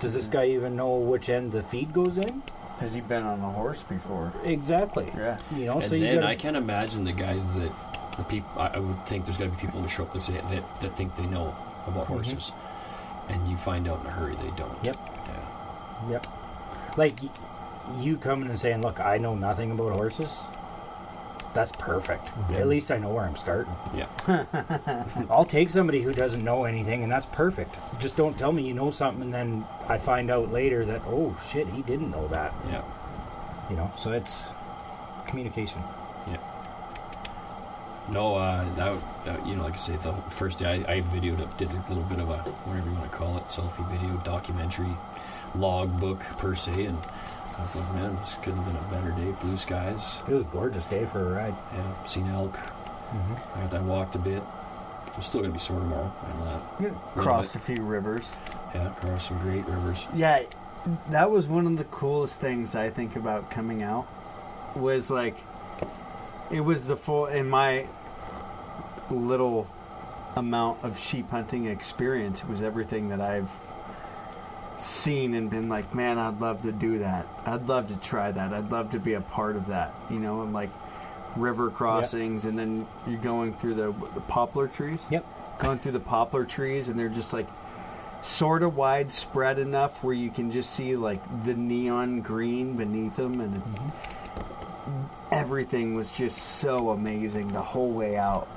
Speaker 2: Does
Speaker 4: Mm-hmm.
Speaker 2: this guy even know which end the feed goes in?
Speaker 4: Has he been on a horse before?
Speaker 2: Exactly.
Speaker 4: Yeah.
Speaker 2: You know,
Speaker 3: and
Speaker 2: so you
Speaker 3: then
Speaker 2: gotta,
Speaker 3: I can't imagine the guys that the people. I, I would think there's got to be people in the show that, say- that that think they know about horses, and you find out in a hurry they don't.
Speaker 2: Mm-hmm. Yep.
Speaker 3: Yeah.
Speaker 2: Yep. Like y- you coming and saying, "Look, I know nothing about horses." That's perfect. At least I know where I'm starting.
Speaker 3: Yeah.
Speaker 2: I'll take somebody who doesn't know anything, and that's perfect. Just don't tell me you know something, and then I find out later that oh shit, he didn't know that.
Speaker 3: yeah.
Speaker 2: You know, so it's communication.
Speaker 3: Yeah. No, uh, that, uh, you know, like I say, the first day I, I videoed up, did a little bit of a whatever you want to call it, selfie video, documentary, log book per se, and I was like, man, this could have been a better day. Blue skies,
Speaker 2: It was a gorgeous day for a ride.
Speaker 3: yeah, seen elk.
Speaker 4: Mm-hmm.
Speaker 3: I, got, I walked a bit. I'm still gonna be sore tomorrow. I know that.
Speaker 4: Crossed a few rivers.
Speaker 3: Yeah, crossed some great rivers.
Speaker 4: Yeah, that was one of the coolest things I think about coming out was like it was the full in my little amount of sheep hunting experience it was everything that I've seen and been like man I'd love to do that I'd love to try that I'd love to be a part of that you know and like river crossings and then you're going through the, the poplar trees
Speaker 2: Yep.
Speaker 4: going through the poplar trees and they're just like sort of widespread enough where you can just see like the neon green beneath them and it's everything was just so amazing the whole way out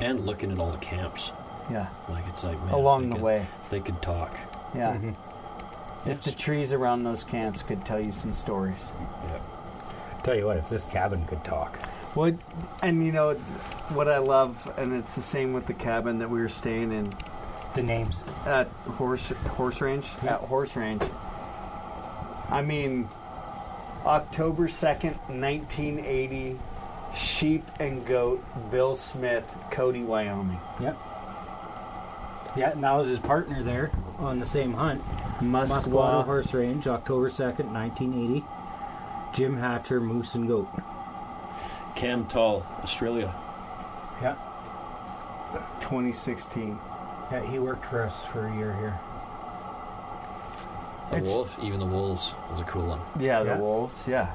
Speaker 3: And looking at all the camps,
Speaker 4: yeah
Speaker 3: like it's like man, if
Speaker 4: Along
Speaker 3: they
Speaker 4: the
Speaker 3: could-
Speaker 4: way.
Speaker 3: if they could talk.
Speaker 4: yeah if
Speaker 3: Yes.
Speaker 4: the trees around those camps could tell you some stories
Speaker 3: Yeah.
Speaker 2: Tell you what, if this cabin could talk,
Speaker 4: Well, and you know what I love, and it's the same with the cabin that we were staying in
Speaker 2: the names.
Speaker 4: at horse horse range at horse range. I mean, October second, nineteen eighty, sheep and goat. Bill Smith, Cody, Wyoming.
Speaker 2: Yep. Yeah, and I was his partner there on the same hunt. Musquato
Speaker 4: Musqua.
Speaker 2: Horse Range, October 2nd, 1980. Jim Hatcher, Moose and Goat.
Speaker 3: Cam Tall, Australia.
Speaker 2: Yeah.
Speaker 4: twenty sixteen.
Speaker 2: yeah, he worked for us for a year here.
Speaker 3: The
Speaker 4: It's-
Speaker 3: wolf, even the wolves, was a cool one.
Speaker 4: Yeah,
Speaker 2: Yeah.
Speaker 4: the wolves. Yeah,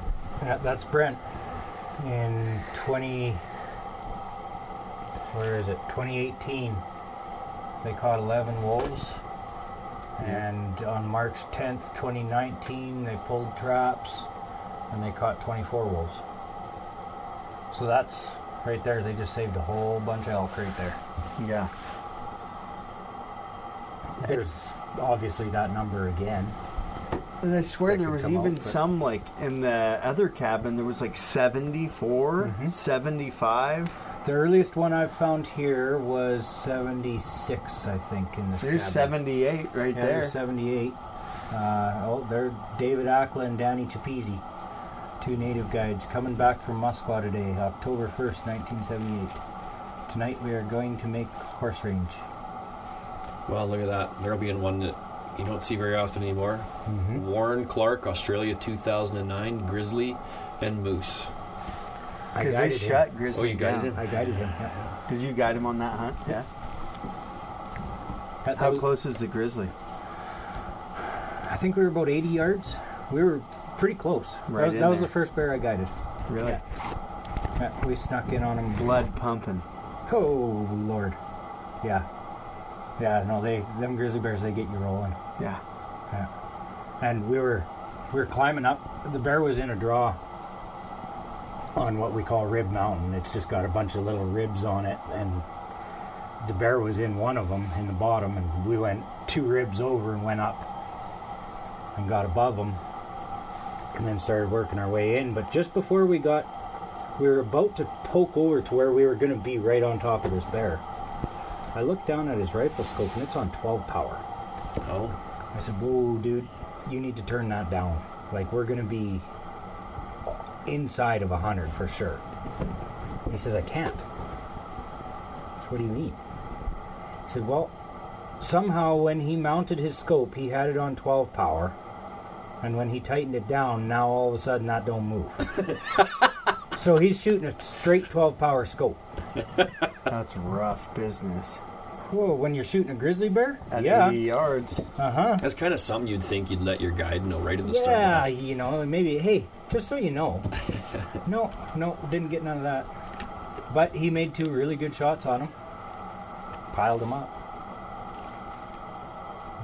Speaker 2: Yeah, that's Brent. In 20. Where is it? 2018. They caught 11 wolves. And on March 10th, 2019, they pulled traps and they caught 24 wolves. So that's right there. They just saved a whole bunch of elk right there.
Speaker 4: yeah.
Speaker 2: There's obviously that number again.
Speaker 4: And I swear
Speaker 2: That
Speaker 4: there
Speaker 2: could
Speaker 4: was
Speaker 2: come out,
Speaker 4: even
Speaker 2: but-
Speaker 4: some like in the other cabin. There was like 74,
Speaker 2: Mm-hmm.
Speaker 4: 75.
Speaker 2: The earliest one I've found here was 76, I think, in this
Speaker 4: There's
Speaker 2: cabin.
Speaker 4: 78 right
Speaker 2: Yeah,
Speaker 4: there.
Speaker 2: there's 78. Uh, oh, there, David Ackland and Danny Chapizzi, two native guides, coming back from Musqua today, October 1st, 1978. Tonight we are going to make horse range.
Speaker 3: Well, look at that. There'll be in one that you don't see very often anymore.
Speaker 4: Mm-hmm.
Speaker 2: Mm-hmm.
Speaker 3: Warren Clark, Australia 2009, Grizzly and Moose.
Speaker 2: I
Speaker 4: Because they
Speaker 2: guided him.
Speaker 4: shut Grizzly
Speaker 3: Oh, you guided
Speaker 4: down.
Speaker 3: him?
Speaker 2: I guided him. yeah.
Speaker 4: Did you guide him on that hunt? Yeah.
Speaker 2: That- that
Speaker 4: How
Speaker 2: was-
Speaker 4: close is the grizzly?
Speaker 2: I think we were about 80 yards. We were pretty close.
Speaker 4: Right
Speaker 2: that was,
Speaker 4: in
Speaker 2: that was
Speaker 4: there.
Speaker 2: the first bear I guided.
Speaker 4: Really?
Speaker 2: Yeah. Yeah, we snuck in on him
Speaker 4: Blood pumping.
Speaker 2: Oh lord, yeah, yeah. No, they them grizzly bears they get you rolling.
Speaker 4: Yeah.
Speaker 2: Yeah. And we were we were climbing up. The bear was in a draw on what we call Rib Mountain. It's just got a bunch of little ribs on it, and the bear was in one of them in the bottom, and we went two ribs over and went up and got above them, and then started working our way in. But just before we got, we were about to poke over to where we were going to be right on top of this bear. I looked down at his rifle scope, and it's on 12 power.
Speaker 3: Oh,
Speaker 2: I said, "Whoa, dude, you need to turn that down. Like we're gonna be inside of hundred for sure." He says, "I can't." I said, what do you mean? He said, "Well, somehow when he mounted his scope, he had it on 12 power, and when he tightened it down, now all of a sudden that don't move." so he's shooting a straight 12 power scope.
Speaker 4: That's rough business.
Speaker 2: Whoa, when you're shooting a grizzly bear?
Speaker 4: At
Speaker 2: yeah. Uh-huh.
Speaker 4: 80 yards.
Speaker 3: that's kind of something you'd think you'd let your guide know right at the start. of
Speaker 2: Yeah,
Speaker 3: that.
Speaker 2: you know, and maybe hey, just so you know. no, no, didn't get none of that. But he made two really good shots on him. Piled him up.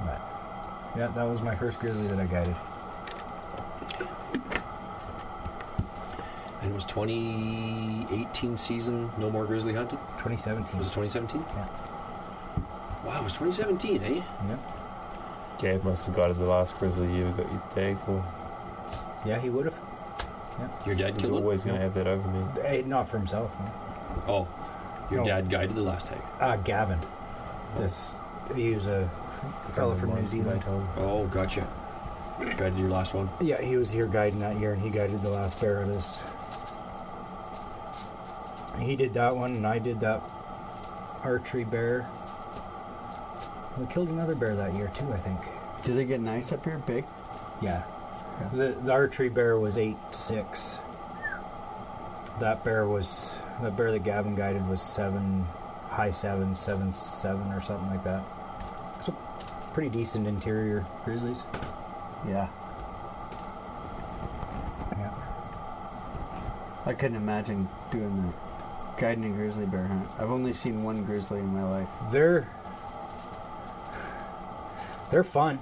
Speaker 2: But, yeah, that was my first grizzly that I guided.
Speaker 3: And it was 2018 season, no more grizzly hunted.
Speaker 2: 2017.
Speaker 3: Was it 2017?
Speaker 2: Yeah.
Speaker 3: Wow, it was 2017, eh?
Speaker 2: Yeah.
Speaker 5: Gabe must have got it the last grizzly you got your day for.
Speaker 2: Yeah, he would have.
Speaker 3: Your dad
Speaker 5: He's
Speaker 3: killed it?
Speaker 5: always going to have that over me.
Speaker 2: Eh, Not for himself. No.
Speaker 3: Oh, your
Speaker 2: No.
Speaker 3: dad guided the last tag.
Speaker 2: Uh, Gavin. This he was a fellow from New Zealand.
Speaker 3: Oh, gotcha. Guided your last one.
Speaker 2: Yeah, he was here guiding that year, and he guided the last bear of this. He did that one, and I did that archery bear. We killed another bear that year too, I think.
Speaker 4: Did they get nice up here? Big?
Speaker 2: Yeah, the, the archery bear was eight six. That bear was that bear that Gavin guided was seven, high seven, seven seven or something like that. So pretty decent interior grizzlies.
Speaker 4: Yeah.
Speaker 2: Yeah.
Speaker 4: I couldn't imagine doing that. Guiding a grizzly bear hunt. I've only seen one grizzly in my life.
Speaker 2: they're they're
Speaker 4: (laughs)
Speaker 2: fun.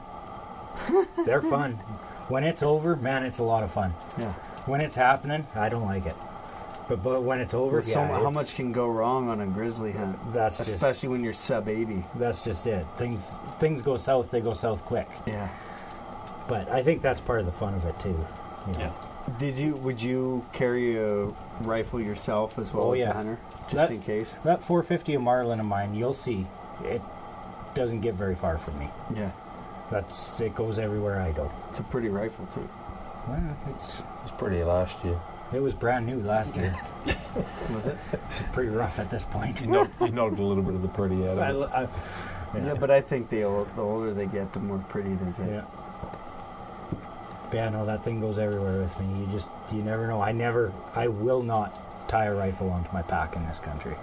Speaker 2: they're fun. When it's over, man, it's a lot of fun.
Speaker 4: Yeah.
Speaker 2: When it's happening, I don't like it. But but when it's over,
Speaker 4: Well, so
Speaker 2: yeah,
Speaker 4: mu- how
Speaker 2: it's-
Speaker 4: much can go wrong on a grizzly hunt?
Speaker 2: That's just-
Speaker 4: especially when you're sub 80.
Speaker 2: That's just it. Things things go south, they go south quick.
Speaker 4: Yeah.
Speaker 2: But I think that's part of the fun of it too. you know.
Speaker 3: Yeah.
Speaker 4: Did you? Would you carry a rifle yourself as well
Speaker 2: Oh,
Speaker 4: as
Speaker 2: yeah.
Speaker 4: a hunter, just
Speaker 2: That-
Speaker 4: in case?
Speaker 2: That 450 of Marlin of mine, you'll see, it doesn't get very far from me.
Speaker 4: Yeah.
Speaker 2: That's it goes everywhere I go.
Speaker 4: It's a pretty rifle too.
Speaker 2: Well, it's
Speaker 5: was pretty last (laughs) year.
Speaker 2: it was brand new last
Speaker 4: (laughs)
Speaker 2: year.
Speaker 4: Was it?
Speaker 2: it's pretty rough at this point.
Speaker 5: You knocked, you knocked a little bit of the pretty out
Speaker 2: I,
Speaker 5: of it.
Speaker 2: I,
Speaker 4: yeah. But I think the old, the older they get, the more pretty they get.
Speaker 2: Yeah. Yeah, no, that thing goes everywhere with me. You just, you never know. I never, I will not tie a rifle onto my pack in this country.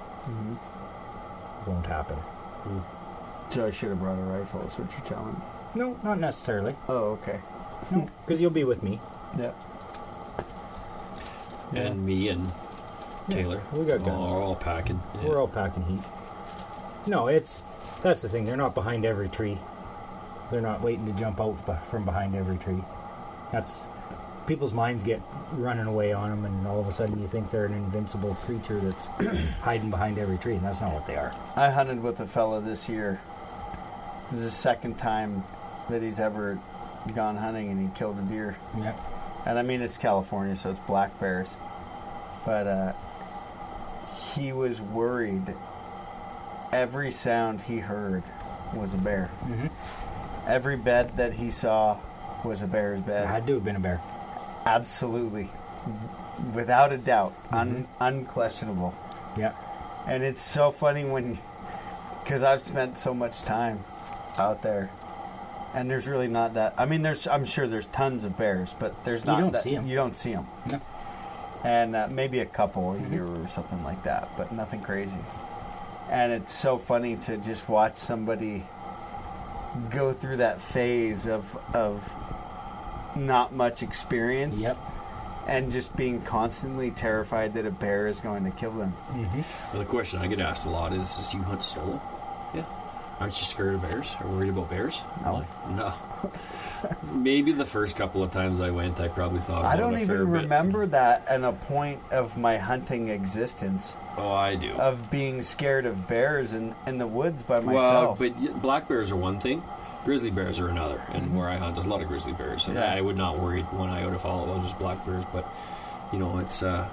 Speaker 2: Won't happen.
Speaker 4: So I should have brought a rifle. Is what you're telling me?
Speaker 2: No, not necessarily.
Speaker 4: Oh, okay.
Speaker 2: No, because you'll be with me.
Speaker 4: (laughs) Yeah.
Speaker 3: And me and Taylor.
Speaker 2: we got guns.
Speaker 3: We're all packing. Yeah.
Speaker 2: We're all packing heat. No, it's, that's the thing. They're not behind every tree. They're not waiting to jump out be- from behind every tree. That's, people's minds get running away on them, and all of a sudden you think they're an invincible creature that's (coughs) hiding behind every tree, and that's not what they are.
Speaker 4: I hunted with a fella this year. It was the second time that he's ever gone hunting, and he killed a deer.
Speaker 2: Yep.
Speaker 4: and I mean it's California, so it's black bears. But uh, he was worried. Every sound he heard was a bear.
Speaker 5: Mm-hmm.
Speaker 4: Every bed that he saw was a bear's
Speaker 2: It
Speaker 4: bed.
Speaker 2: had to have been a bear.
Speaker 4: Absolutely, without a doubt,
Speaker 2: Mm-hmm.
Speaker 4: Un- unquestionable.
Speaker 2: Yeah.
Speaker 4: And it's so funny when, (laughs) because I've spent so much time out there, and there's really not that. I mean, there's I'm sure there's tons of bears, but there's
Speaker 2: You
Speaker 4: not.
Speaker 2: don't
Speaker 4: that,
Speaker 2: see 'em.
Speaker 4: You don't see them.
Speaker 2: No.
Speaker 4: And uh, maybe a couple a year or something like that, but nothing crazy. And it's so funny to just watch somebody go through that phase of of not much experience
Speaker 2: Yep.
Speaker 4: and just being constantly terrified that a bear is going to kill them.
Speaker 5: Mm-hmm.
Speaker 3: Well, the question I get asked a lot is, is do you hunt solo? Yeah. Aren't you scared of bears or worried about bears?
Speaker 4: No.
Speaker 3: I'm like, no. Maybe the first couple of times I went, I probably thought.
Speaker 4: I
Speaker 3: about
Speaker 4: don't
Speaker 3: it a fair
Speaker 4: even
Speaker 3: bit.
Speaker 4: remember that and a point of my hunting existence
Speaker 3: Oh, I do.
Speaker 4: of being scared of bears in, in the woods by
Speaker 3: well,
Speaker 4: myself.
Speaker 3: but y- black bears are one thing, grizzly bears are another. And where I hunt, there's a lot of grizzly bears, and
Speaker 4: Mm-hmm. Yeah.
Speaker 3: I would not worry one iota if all it was was black bears. But you know, it's uh,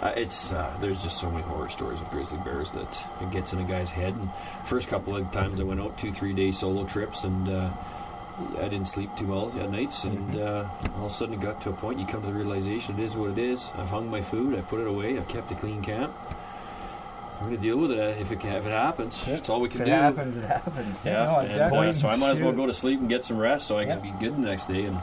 Speaker 3: uh, it's uh, there's just so many horror stories with grizzly bears that it gets in a guy's head. And first couple of times I went out, two three day solo trips, and. Uh, I didn't sleep too well at nights, and uh, all of a sudden it got to a point. You come to the realization it is what it is. I've hung my food, I put it away, I've kept a clean camp. I'm gonna deal with it uh, if it ca- if it happens.
Speaker 2: Yep.
Speaker 3: That's all we
Speaker 4: if
Speaker 3: can
Speaker 4: it
Speaker 3: do.
Speaker 4: happens, it happens.
Speaker 3: Yeah,
Speaker 2: No,
Speaker 3: and,
Speaker 2: exactly.
Speaker 3: uh, so I might as well
Speaker 4: Shoot.
Speaker 3: go to sleep and get some rest so I can
Speaker 2: Yeah.
Speaker 3: be good the next day. And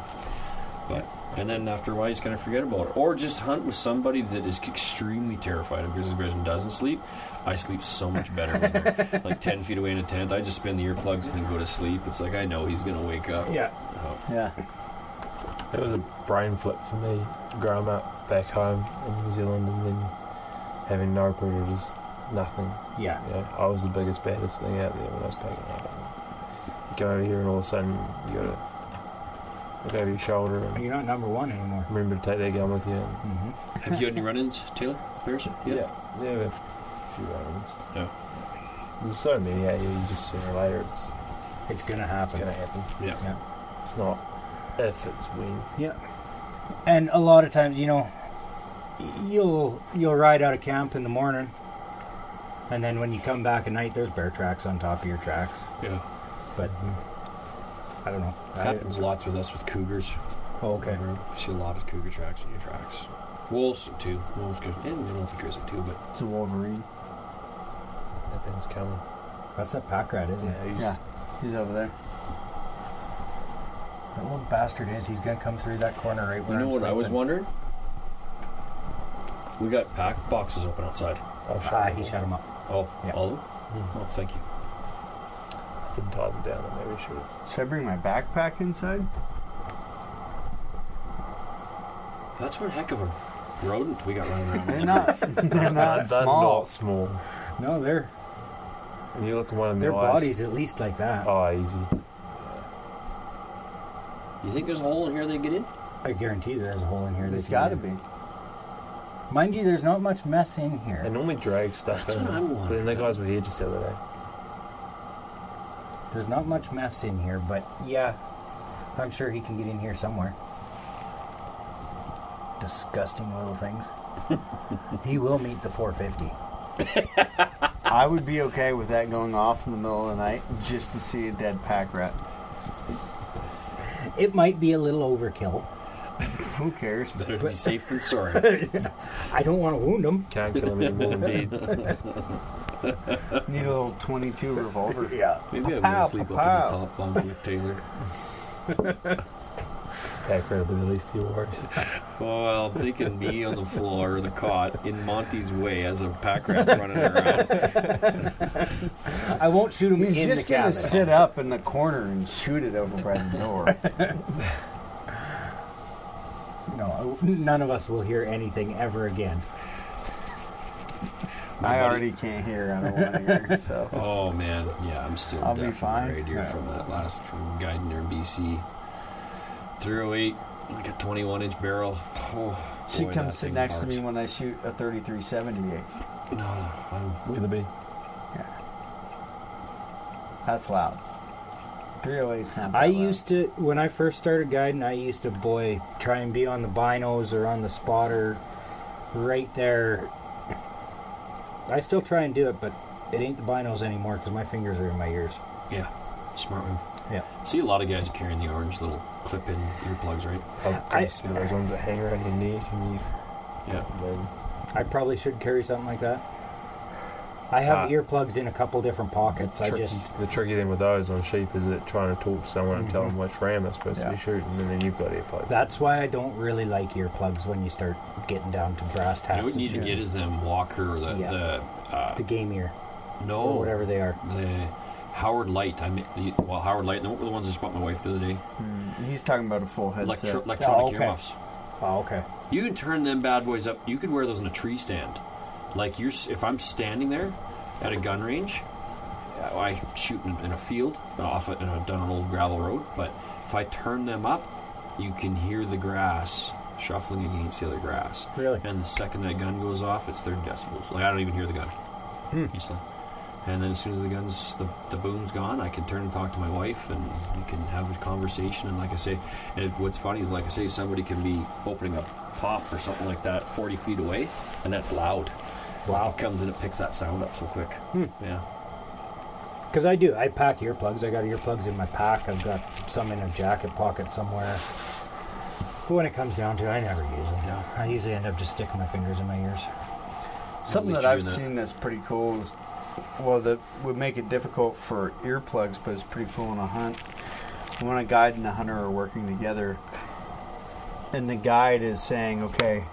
Speaker 3: but and then after a while, you just kind of forget about it, or just hunt with somebody that is extremely terrified of grizzly bears and doesn't sleep. I sleep so much better when
Speaker 4: (laughs)
Speaker 3: they're like ten feet away in a tent. I just spin the earplugs and go to sleep. It's like I know he's gonna wake up.
Speaker 2: Yeah.
Speaker 3: Oh,
Speaker 4: Yeah.
Speaker 5: It was a brain flip for me growing up back home in New Zealand and then having no predators, nothing.
Speaker 2: Yeah.
Speaker 5: You know, I was the biggest, baddest thing out there when I was packing up. You come over here and all of a sudden you gotta look over your shoulder and
Speaker 2: You're not number one anymore.
Speaker 5: remember to take that gun with you. And,
Speaker 2: hmm
Speaker 3: Have you had any run-ins, Taylor? Bears?
Speaker 5: yeah, yeah, we have a few rounds.
Speaker 3: No.
Speaker 5: There's so many out here, you just sooner or later it's,
Speaker 2: It's gonna
Speaker 5: it's
Speaker 2: happen.
Speaker 5: gonna happen.
Speaker 3: Yeah.
Speaker 2: Yeah.
Speaker 5: It's not if, it's when.
Speaker 2: Yeah. And a lot of times, you know, you'll you'll ride out of camp in the morning, and then when you come back at night, there's bear tracks on top of your tracks.
Speaker 3: Yeah.
Speaker 2: But I don't know. I-
Speaker 3: Happens lots with us with cougars.
Speaker 2: Oh, okay.
Speaker 3: Remember, See a lot of cougar tracks in your tracks. Wolves too. Wolves go and wolves go crazy too, but
Speaker 4: It's a Wolverine.
Speaker 5: That thing's coming.
Speaker 2: That's that pack rat, isn't
Speaker 5: Yeah,
Speaker 2: it?
Speaker 5: you
Speaker 4: Yeah,
Speaker 5: just
Speaker 4: he's over there.
Speaker 2: That old bastard is. He's gonna come through that corner right
Speaker 3: you
Speaker 2: where
Speaker 3: know
Speaker 2: I'm
Speaker 3: what I was
Speaker 2: sleeping.
Speaker 3: wondering? We got pack boxes open outside.
Speaker 5: I'll
Speaker 2: Ah,
Speaker 5: shut
Speaker 2: he
Speaker 5: it.
Speaker 2: shut him up.
Speaker 3: Oh,
Speaker 2: Yeah.
Speaker 3: all of them? Oh, thank you.
Speaker 5: Didn't tie them down and maybe should have.
Speaker 4: Should I bring my backpack inside?
Speaker 3: That's one heck of a rodent we got running
Speaker 4: (laughs)
Speaker 3: around.
Speaker 4: They're not.
Speaker 5: (laughs)
Speaker 4: They're not
Speaker 5: They're
Speaker 4: small.
Speaker 5: not small.
Speaker 2: No, they're
Speaker 5: And you look at one of
Speaker 2: Their
Speaker 5: their eyes.
Speaker 2: body's at least like that.
Speaker 5: Oh, easy.
Speaker 3: You think there's a hole in here they get in?
Speaker 2: I guarantee there's a hole in here.
Speaker 4: It's
Speaker 2: they can
Speaker 4: got to
Speaker 2: get
Speaker 4: be.
Speaker 2: in. Mind you, there's not much mess in here.
Speaker 5: They normally drag stuff
Speaker 3: That's
Speaker 5: in.
Speaker 3: what I
Speaker 5: but then the
Speaker 3: wanted.
Speaker 5: guys were here just the other day.
Speaker 2: There's not much mess in here, but yeah, I'm sure he can get in here somewhere. Disgusting little things. (laughs) he will meet the 450.
Speaker 4: I would be okay with that going off in the middle of the night just to see a dead pack rat.
Speaker 2: It might be a little overkill.
Speaker 4: Who cares?
Speaker 3: Better to be safe than sorry.
Speaker 2: I don't want to wound him.
Speaker 5: Can't kill them anymore, indeed.
Speaker 4: Need a little 22 revolver.
Speaker 2: Yeah.
Speaker 3: Maybe I
Speaker 4: Pow,
Speaker 3: will sleep
Speaker 4: pow.
Speaker 3: up in the top bunk with Taylor.
Speaker 5: Pack rat will be the least of your worries.
Speaker 3: Well, I'm thinking me on the floor, the cot, in Monty's way as a pack rat's running around.
Speaker 2: I won't shoot him
Speaker 4: He's
Speaker 2: in
Speaker 4: just
Speaker 2: the
Speaker 4: gonna
Speaker 2: cabin.
Speaker 4: sit up in the corner and shoot it over by the door.
Speaker 2: No, none of us will hear anything ever again.
Speaker 4: I already can't hear out of one ear, so
Speaker 3: Oh man, yeah, I'm still
Speaker 4: I'll be
Speaker 3: deaf
Speaker 4: fine.
Speaker 3: in the right ear
Speaker 4: Yeah.
Speaker 3: from that last from guiding near BC. 308, like a 21 inch barrel. Oh,
Speaker 4: she
Speaker 3: boy, that
Speaker 4: comes sit
Speaker 3: thing
Speaker 4: next to
Speaker 3: barks.
Speaker 4: me when I shoot a 3378.
Speaker 3: No, no, I'm,
Speaker 5: Witherby.
Speaker 4: Yeah, that's loud. 308's not. That
Speaker 2: I
Speaker 4: loud.
Speaker 2: used to, when I first started guiding, I used to, boy, try and be on the binos or on the spotter right there. I still try and do it, but it ain't the binos anymore because my fingers are in my ears.
Speaker 3: yeah, smart move.
Speaker 2: Yeah.
Speaker 3: See, a lot of guys are carrying the orange little clip in earplugs, right?
Speaker 5: I've
Speaker 2: I-
Speaker 5: got see those ones that hang around your neck and you.
Speaker 3: Yeah.
Speaker 5: Man,
Speaker 2: I probably should carry something like that. I have
Speaker 5: Ah.
Speaker 2: earplugs in a couple different pockets. I
Speaker 5: tricky-
Speaker 2: just,
Speaker 5: The tricky thing with those on sheep is that trying to talk to someone and tell them which ram they're supposed to
Speaker 4: Yeah.
Speaker 5: be shooting, and then you've got earplugs.
Speaker 2: that's why I don't really like earplugs when you start getting down to brass
Speaker 3: You know
Speaker 2: tacks.
Speaker 3: what you need
Speaker 2: and
Speaker 3: to
Speaker 2: shit.
Speaker 3: get is them Walker, the,
Speaker 2: Yeah.
Speaker 3: the uh,
Speaker 2: the game ear
Speaker 3: no,
Speaker 2: or whatever they are.
Speaker 3: the Howard Light. I mean, the, well, Howard Light. and What were the ones I just bought my wife the other day?
Speaker 4: He's talking about a full headset.
Speaker 3: Electro- electronic
Speaker 2: okay.
Speaker 3: earmuffs.
Speaker 2: Oh, okay.
Speaker 3: You can turn them bad boys up. You could wear those in a tree stand. Like you're, s- if I'm standing there at a gun range, uh, I shoot in, in a field off a, in a, down an old gravel road. But if I turn them up, you can hear the grass shuffling against the other grass.
Speaker 2: Really?
Speaker 3: And the second that gun goes off, it's thirty decibels. Like I don't even hear the gun.
Speaker 2: Hmm.
Speaker 3: Easily. And then as soon as the guns, the, the boom's gone, I can turn and talk to my wife, and we can have a conversation. And like I say, and what's funny is, like I say, somebody can be opening a pop or something like that 40 feet away, and that's loud.
Speaker 2: Wow.
Speaker 3: It comes and it picks that sound up so quick. Yeah.
Speaker 2: Because I do. I pack earplugs. I got earplugs in my pack. I've got some in a jacket pocket somewhere. But when it comes down to it, I never use them.
Speaker 3: No.
Speaker 2: I usually end up just sticking my fingers in my ears.
Speaker 4: Something
Speaker 3: At least
Speaker 4: that
Speaker 3: you're
Speaker 4: I've
Speaker 3: in that.
Speaker 4: seen that's pretty cool is, well, that would make it difficult for earplugs, but it's pretty cool in a hunt. When a guide and a hunter are working together, and the guide is saying, okay,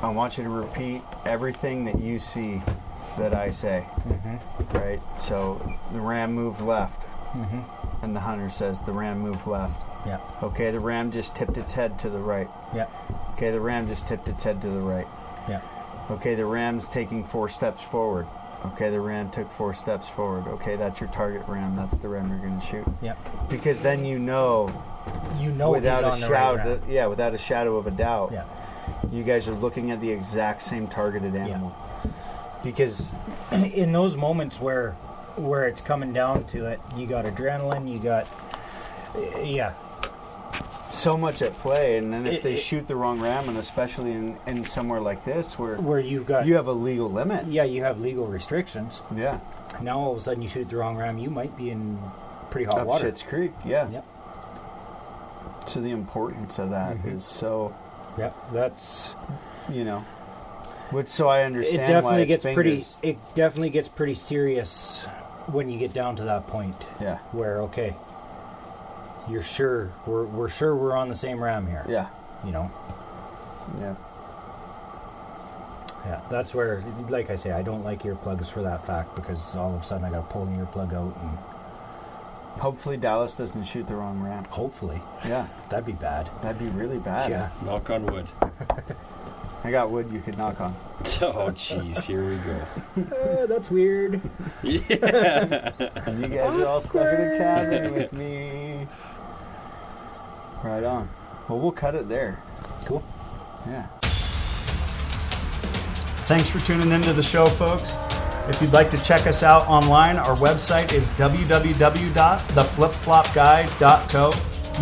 Speaker 4: I want you to repeat everything that you see that I say,
Speaker 2: Mm-hmm,
Speaker 4: right? So the ram moved left,
Speaker 2: mm-hmm.
Speaker 4: and the hunter says, the ram moved left.
Speaker 2: Yeah.
Speaker 4: Okay, the ram just tipped its head to the right.
Speaker 2: Yeah.
Speaker 4: Okay, the ram just tipped its head to the right.
Speaker 2: Yeah.
Speaker 4: Okay, the ram's taking four steps forward. Okay, the ram took four steps forward. Okay, that's your target ram. That's the ram you're going to shoot.
Speaker 2: Yep.
Speaker 4: Because then you know
Speaker 2: You know
Speaker 4: without a
Speaker 2: he's on the right
Speaker 4: shadow,
Speaker 2: route.
Speaker 4: yeah, without a shadow of a doubt,
Speaker 2: Yeah. (clears throat)
Speaker 4: you guys are looking at the exact same targeted animal. Because
Speaker 2: in those moments where where it's coming down to it, you got adrenaline, you got yeah,
Speaker 4: so much at play, and then if
Speaker 2: It-
Speaker 4: they
Speaker 2: it-
Speaker 4: shoot the wrong ram, and especially in, in somewhere like this where
Speaker 2: where you've got
Speaker 4: you have a legal limit,
Speaker 2: yeah, you have legal restrictions.
Speaker 4: yeah,
Speaker 2: Now all of a sudden you shoot the wrong ram, you might be in pretty hot
Speaker 4: up
Speaker 2: water.
Speaker 4: Schitt's Creek, yeah.
Speaker 2: Yep.
Speaker 4: So the importance of that is
Speaker 2: Mm-hmm.
Speaker 4: so
Speaker 2: Yep. That's
Speaker 4: you know, which so I
Speaker 2: it
Speaker 4: understand why
Speaker 2: definitely
Speaker 4: it's
Speaker 2: gets
Speaker 4: fingers.
Speaker 2: pretty it definitely gets pretty serious when you get down to that point
Speaker 4: Yeah,
Speaker 2: where okay, you're sure we're we're sure we're on the same ram here.
Speaker 4: yeah,
Speaker 2: You know.
Speaker 4: yeah.
Speaker 2: Yeah, that's where, like I say, I don't like earplugs for that fact because all of a sudden I got to pull an earplug out and
Speaker 4: Hopefully Dallas doesn't shoot the wrong ram.
Speaker 2: hopefully
Speaker 4: Yeah,
Speaker 2: that'd be bad.
Speaker 4: that'd be really bad.
Speaker 2: Oh. Yeah,
Speaker 3: Knock on wood. (laughs)
Speaker 4: I got wood you could knock on.
Speaker 3: Oh, jeez, here we go.
Speaker 2: Uh, that's weird.
Speaker 4: And you guys are all (laughs) stuck in a cavern with me. Right on. Well, we'll cut it there.
Speaker 2: Cool.
Speaker 4: Yeah.
Speaker 1: Thanks for tuning in to the show, folks. If you'd like to check us out online, our website is www.theflipflopguy.co.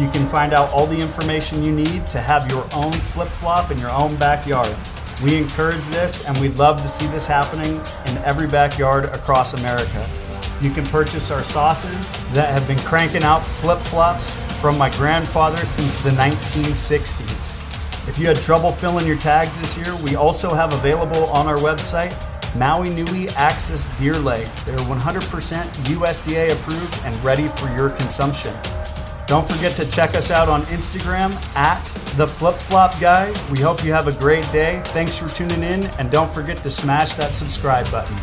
Speaker 1: You can find out all the information you need to have your own flip flop in your own backyard. We encourage this, and we'd love to see this happening in every backyard across America. You can purchase our sauces that have been cranking out flip flops from my grandfather since the 1960s. If you had trouble filling your tags this year, we also have available on our website Maui Nui Axis deer legs. They're 100% USDA approved and ready for your consumption. Don't forget to check us out on Instagram at the Flip Flop Guy. We hope you have a great day. Thanks for tuning in, and don't forget to smash that subscribe button.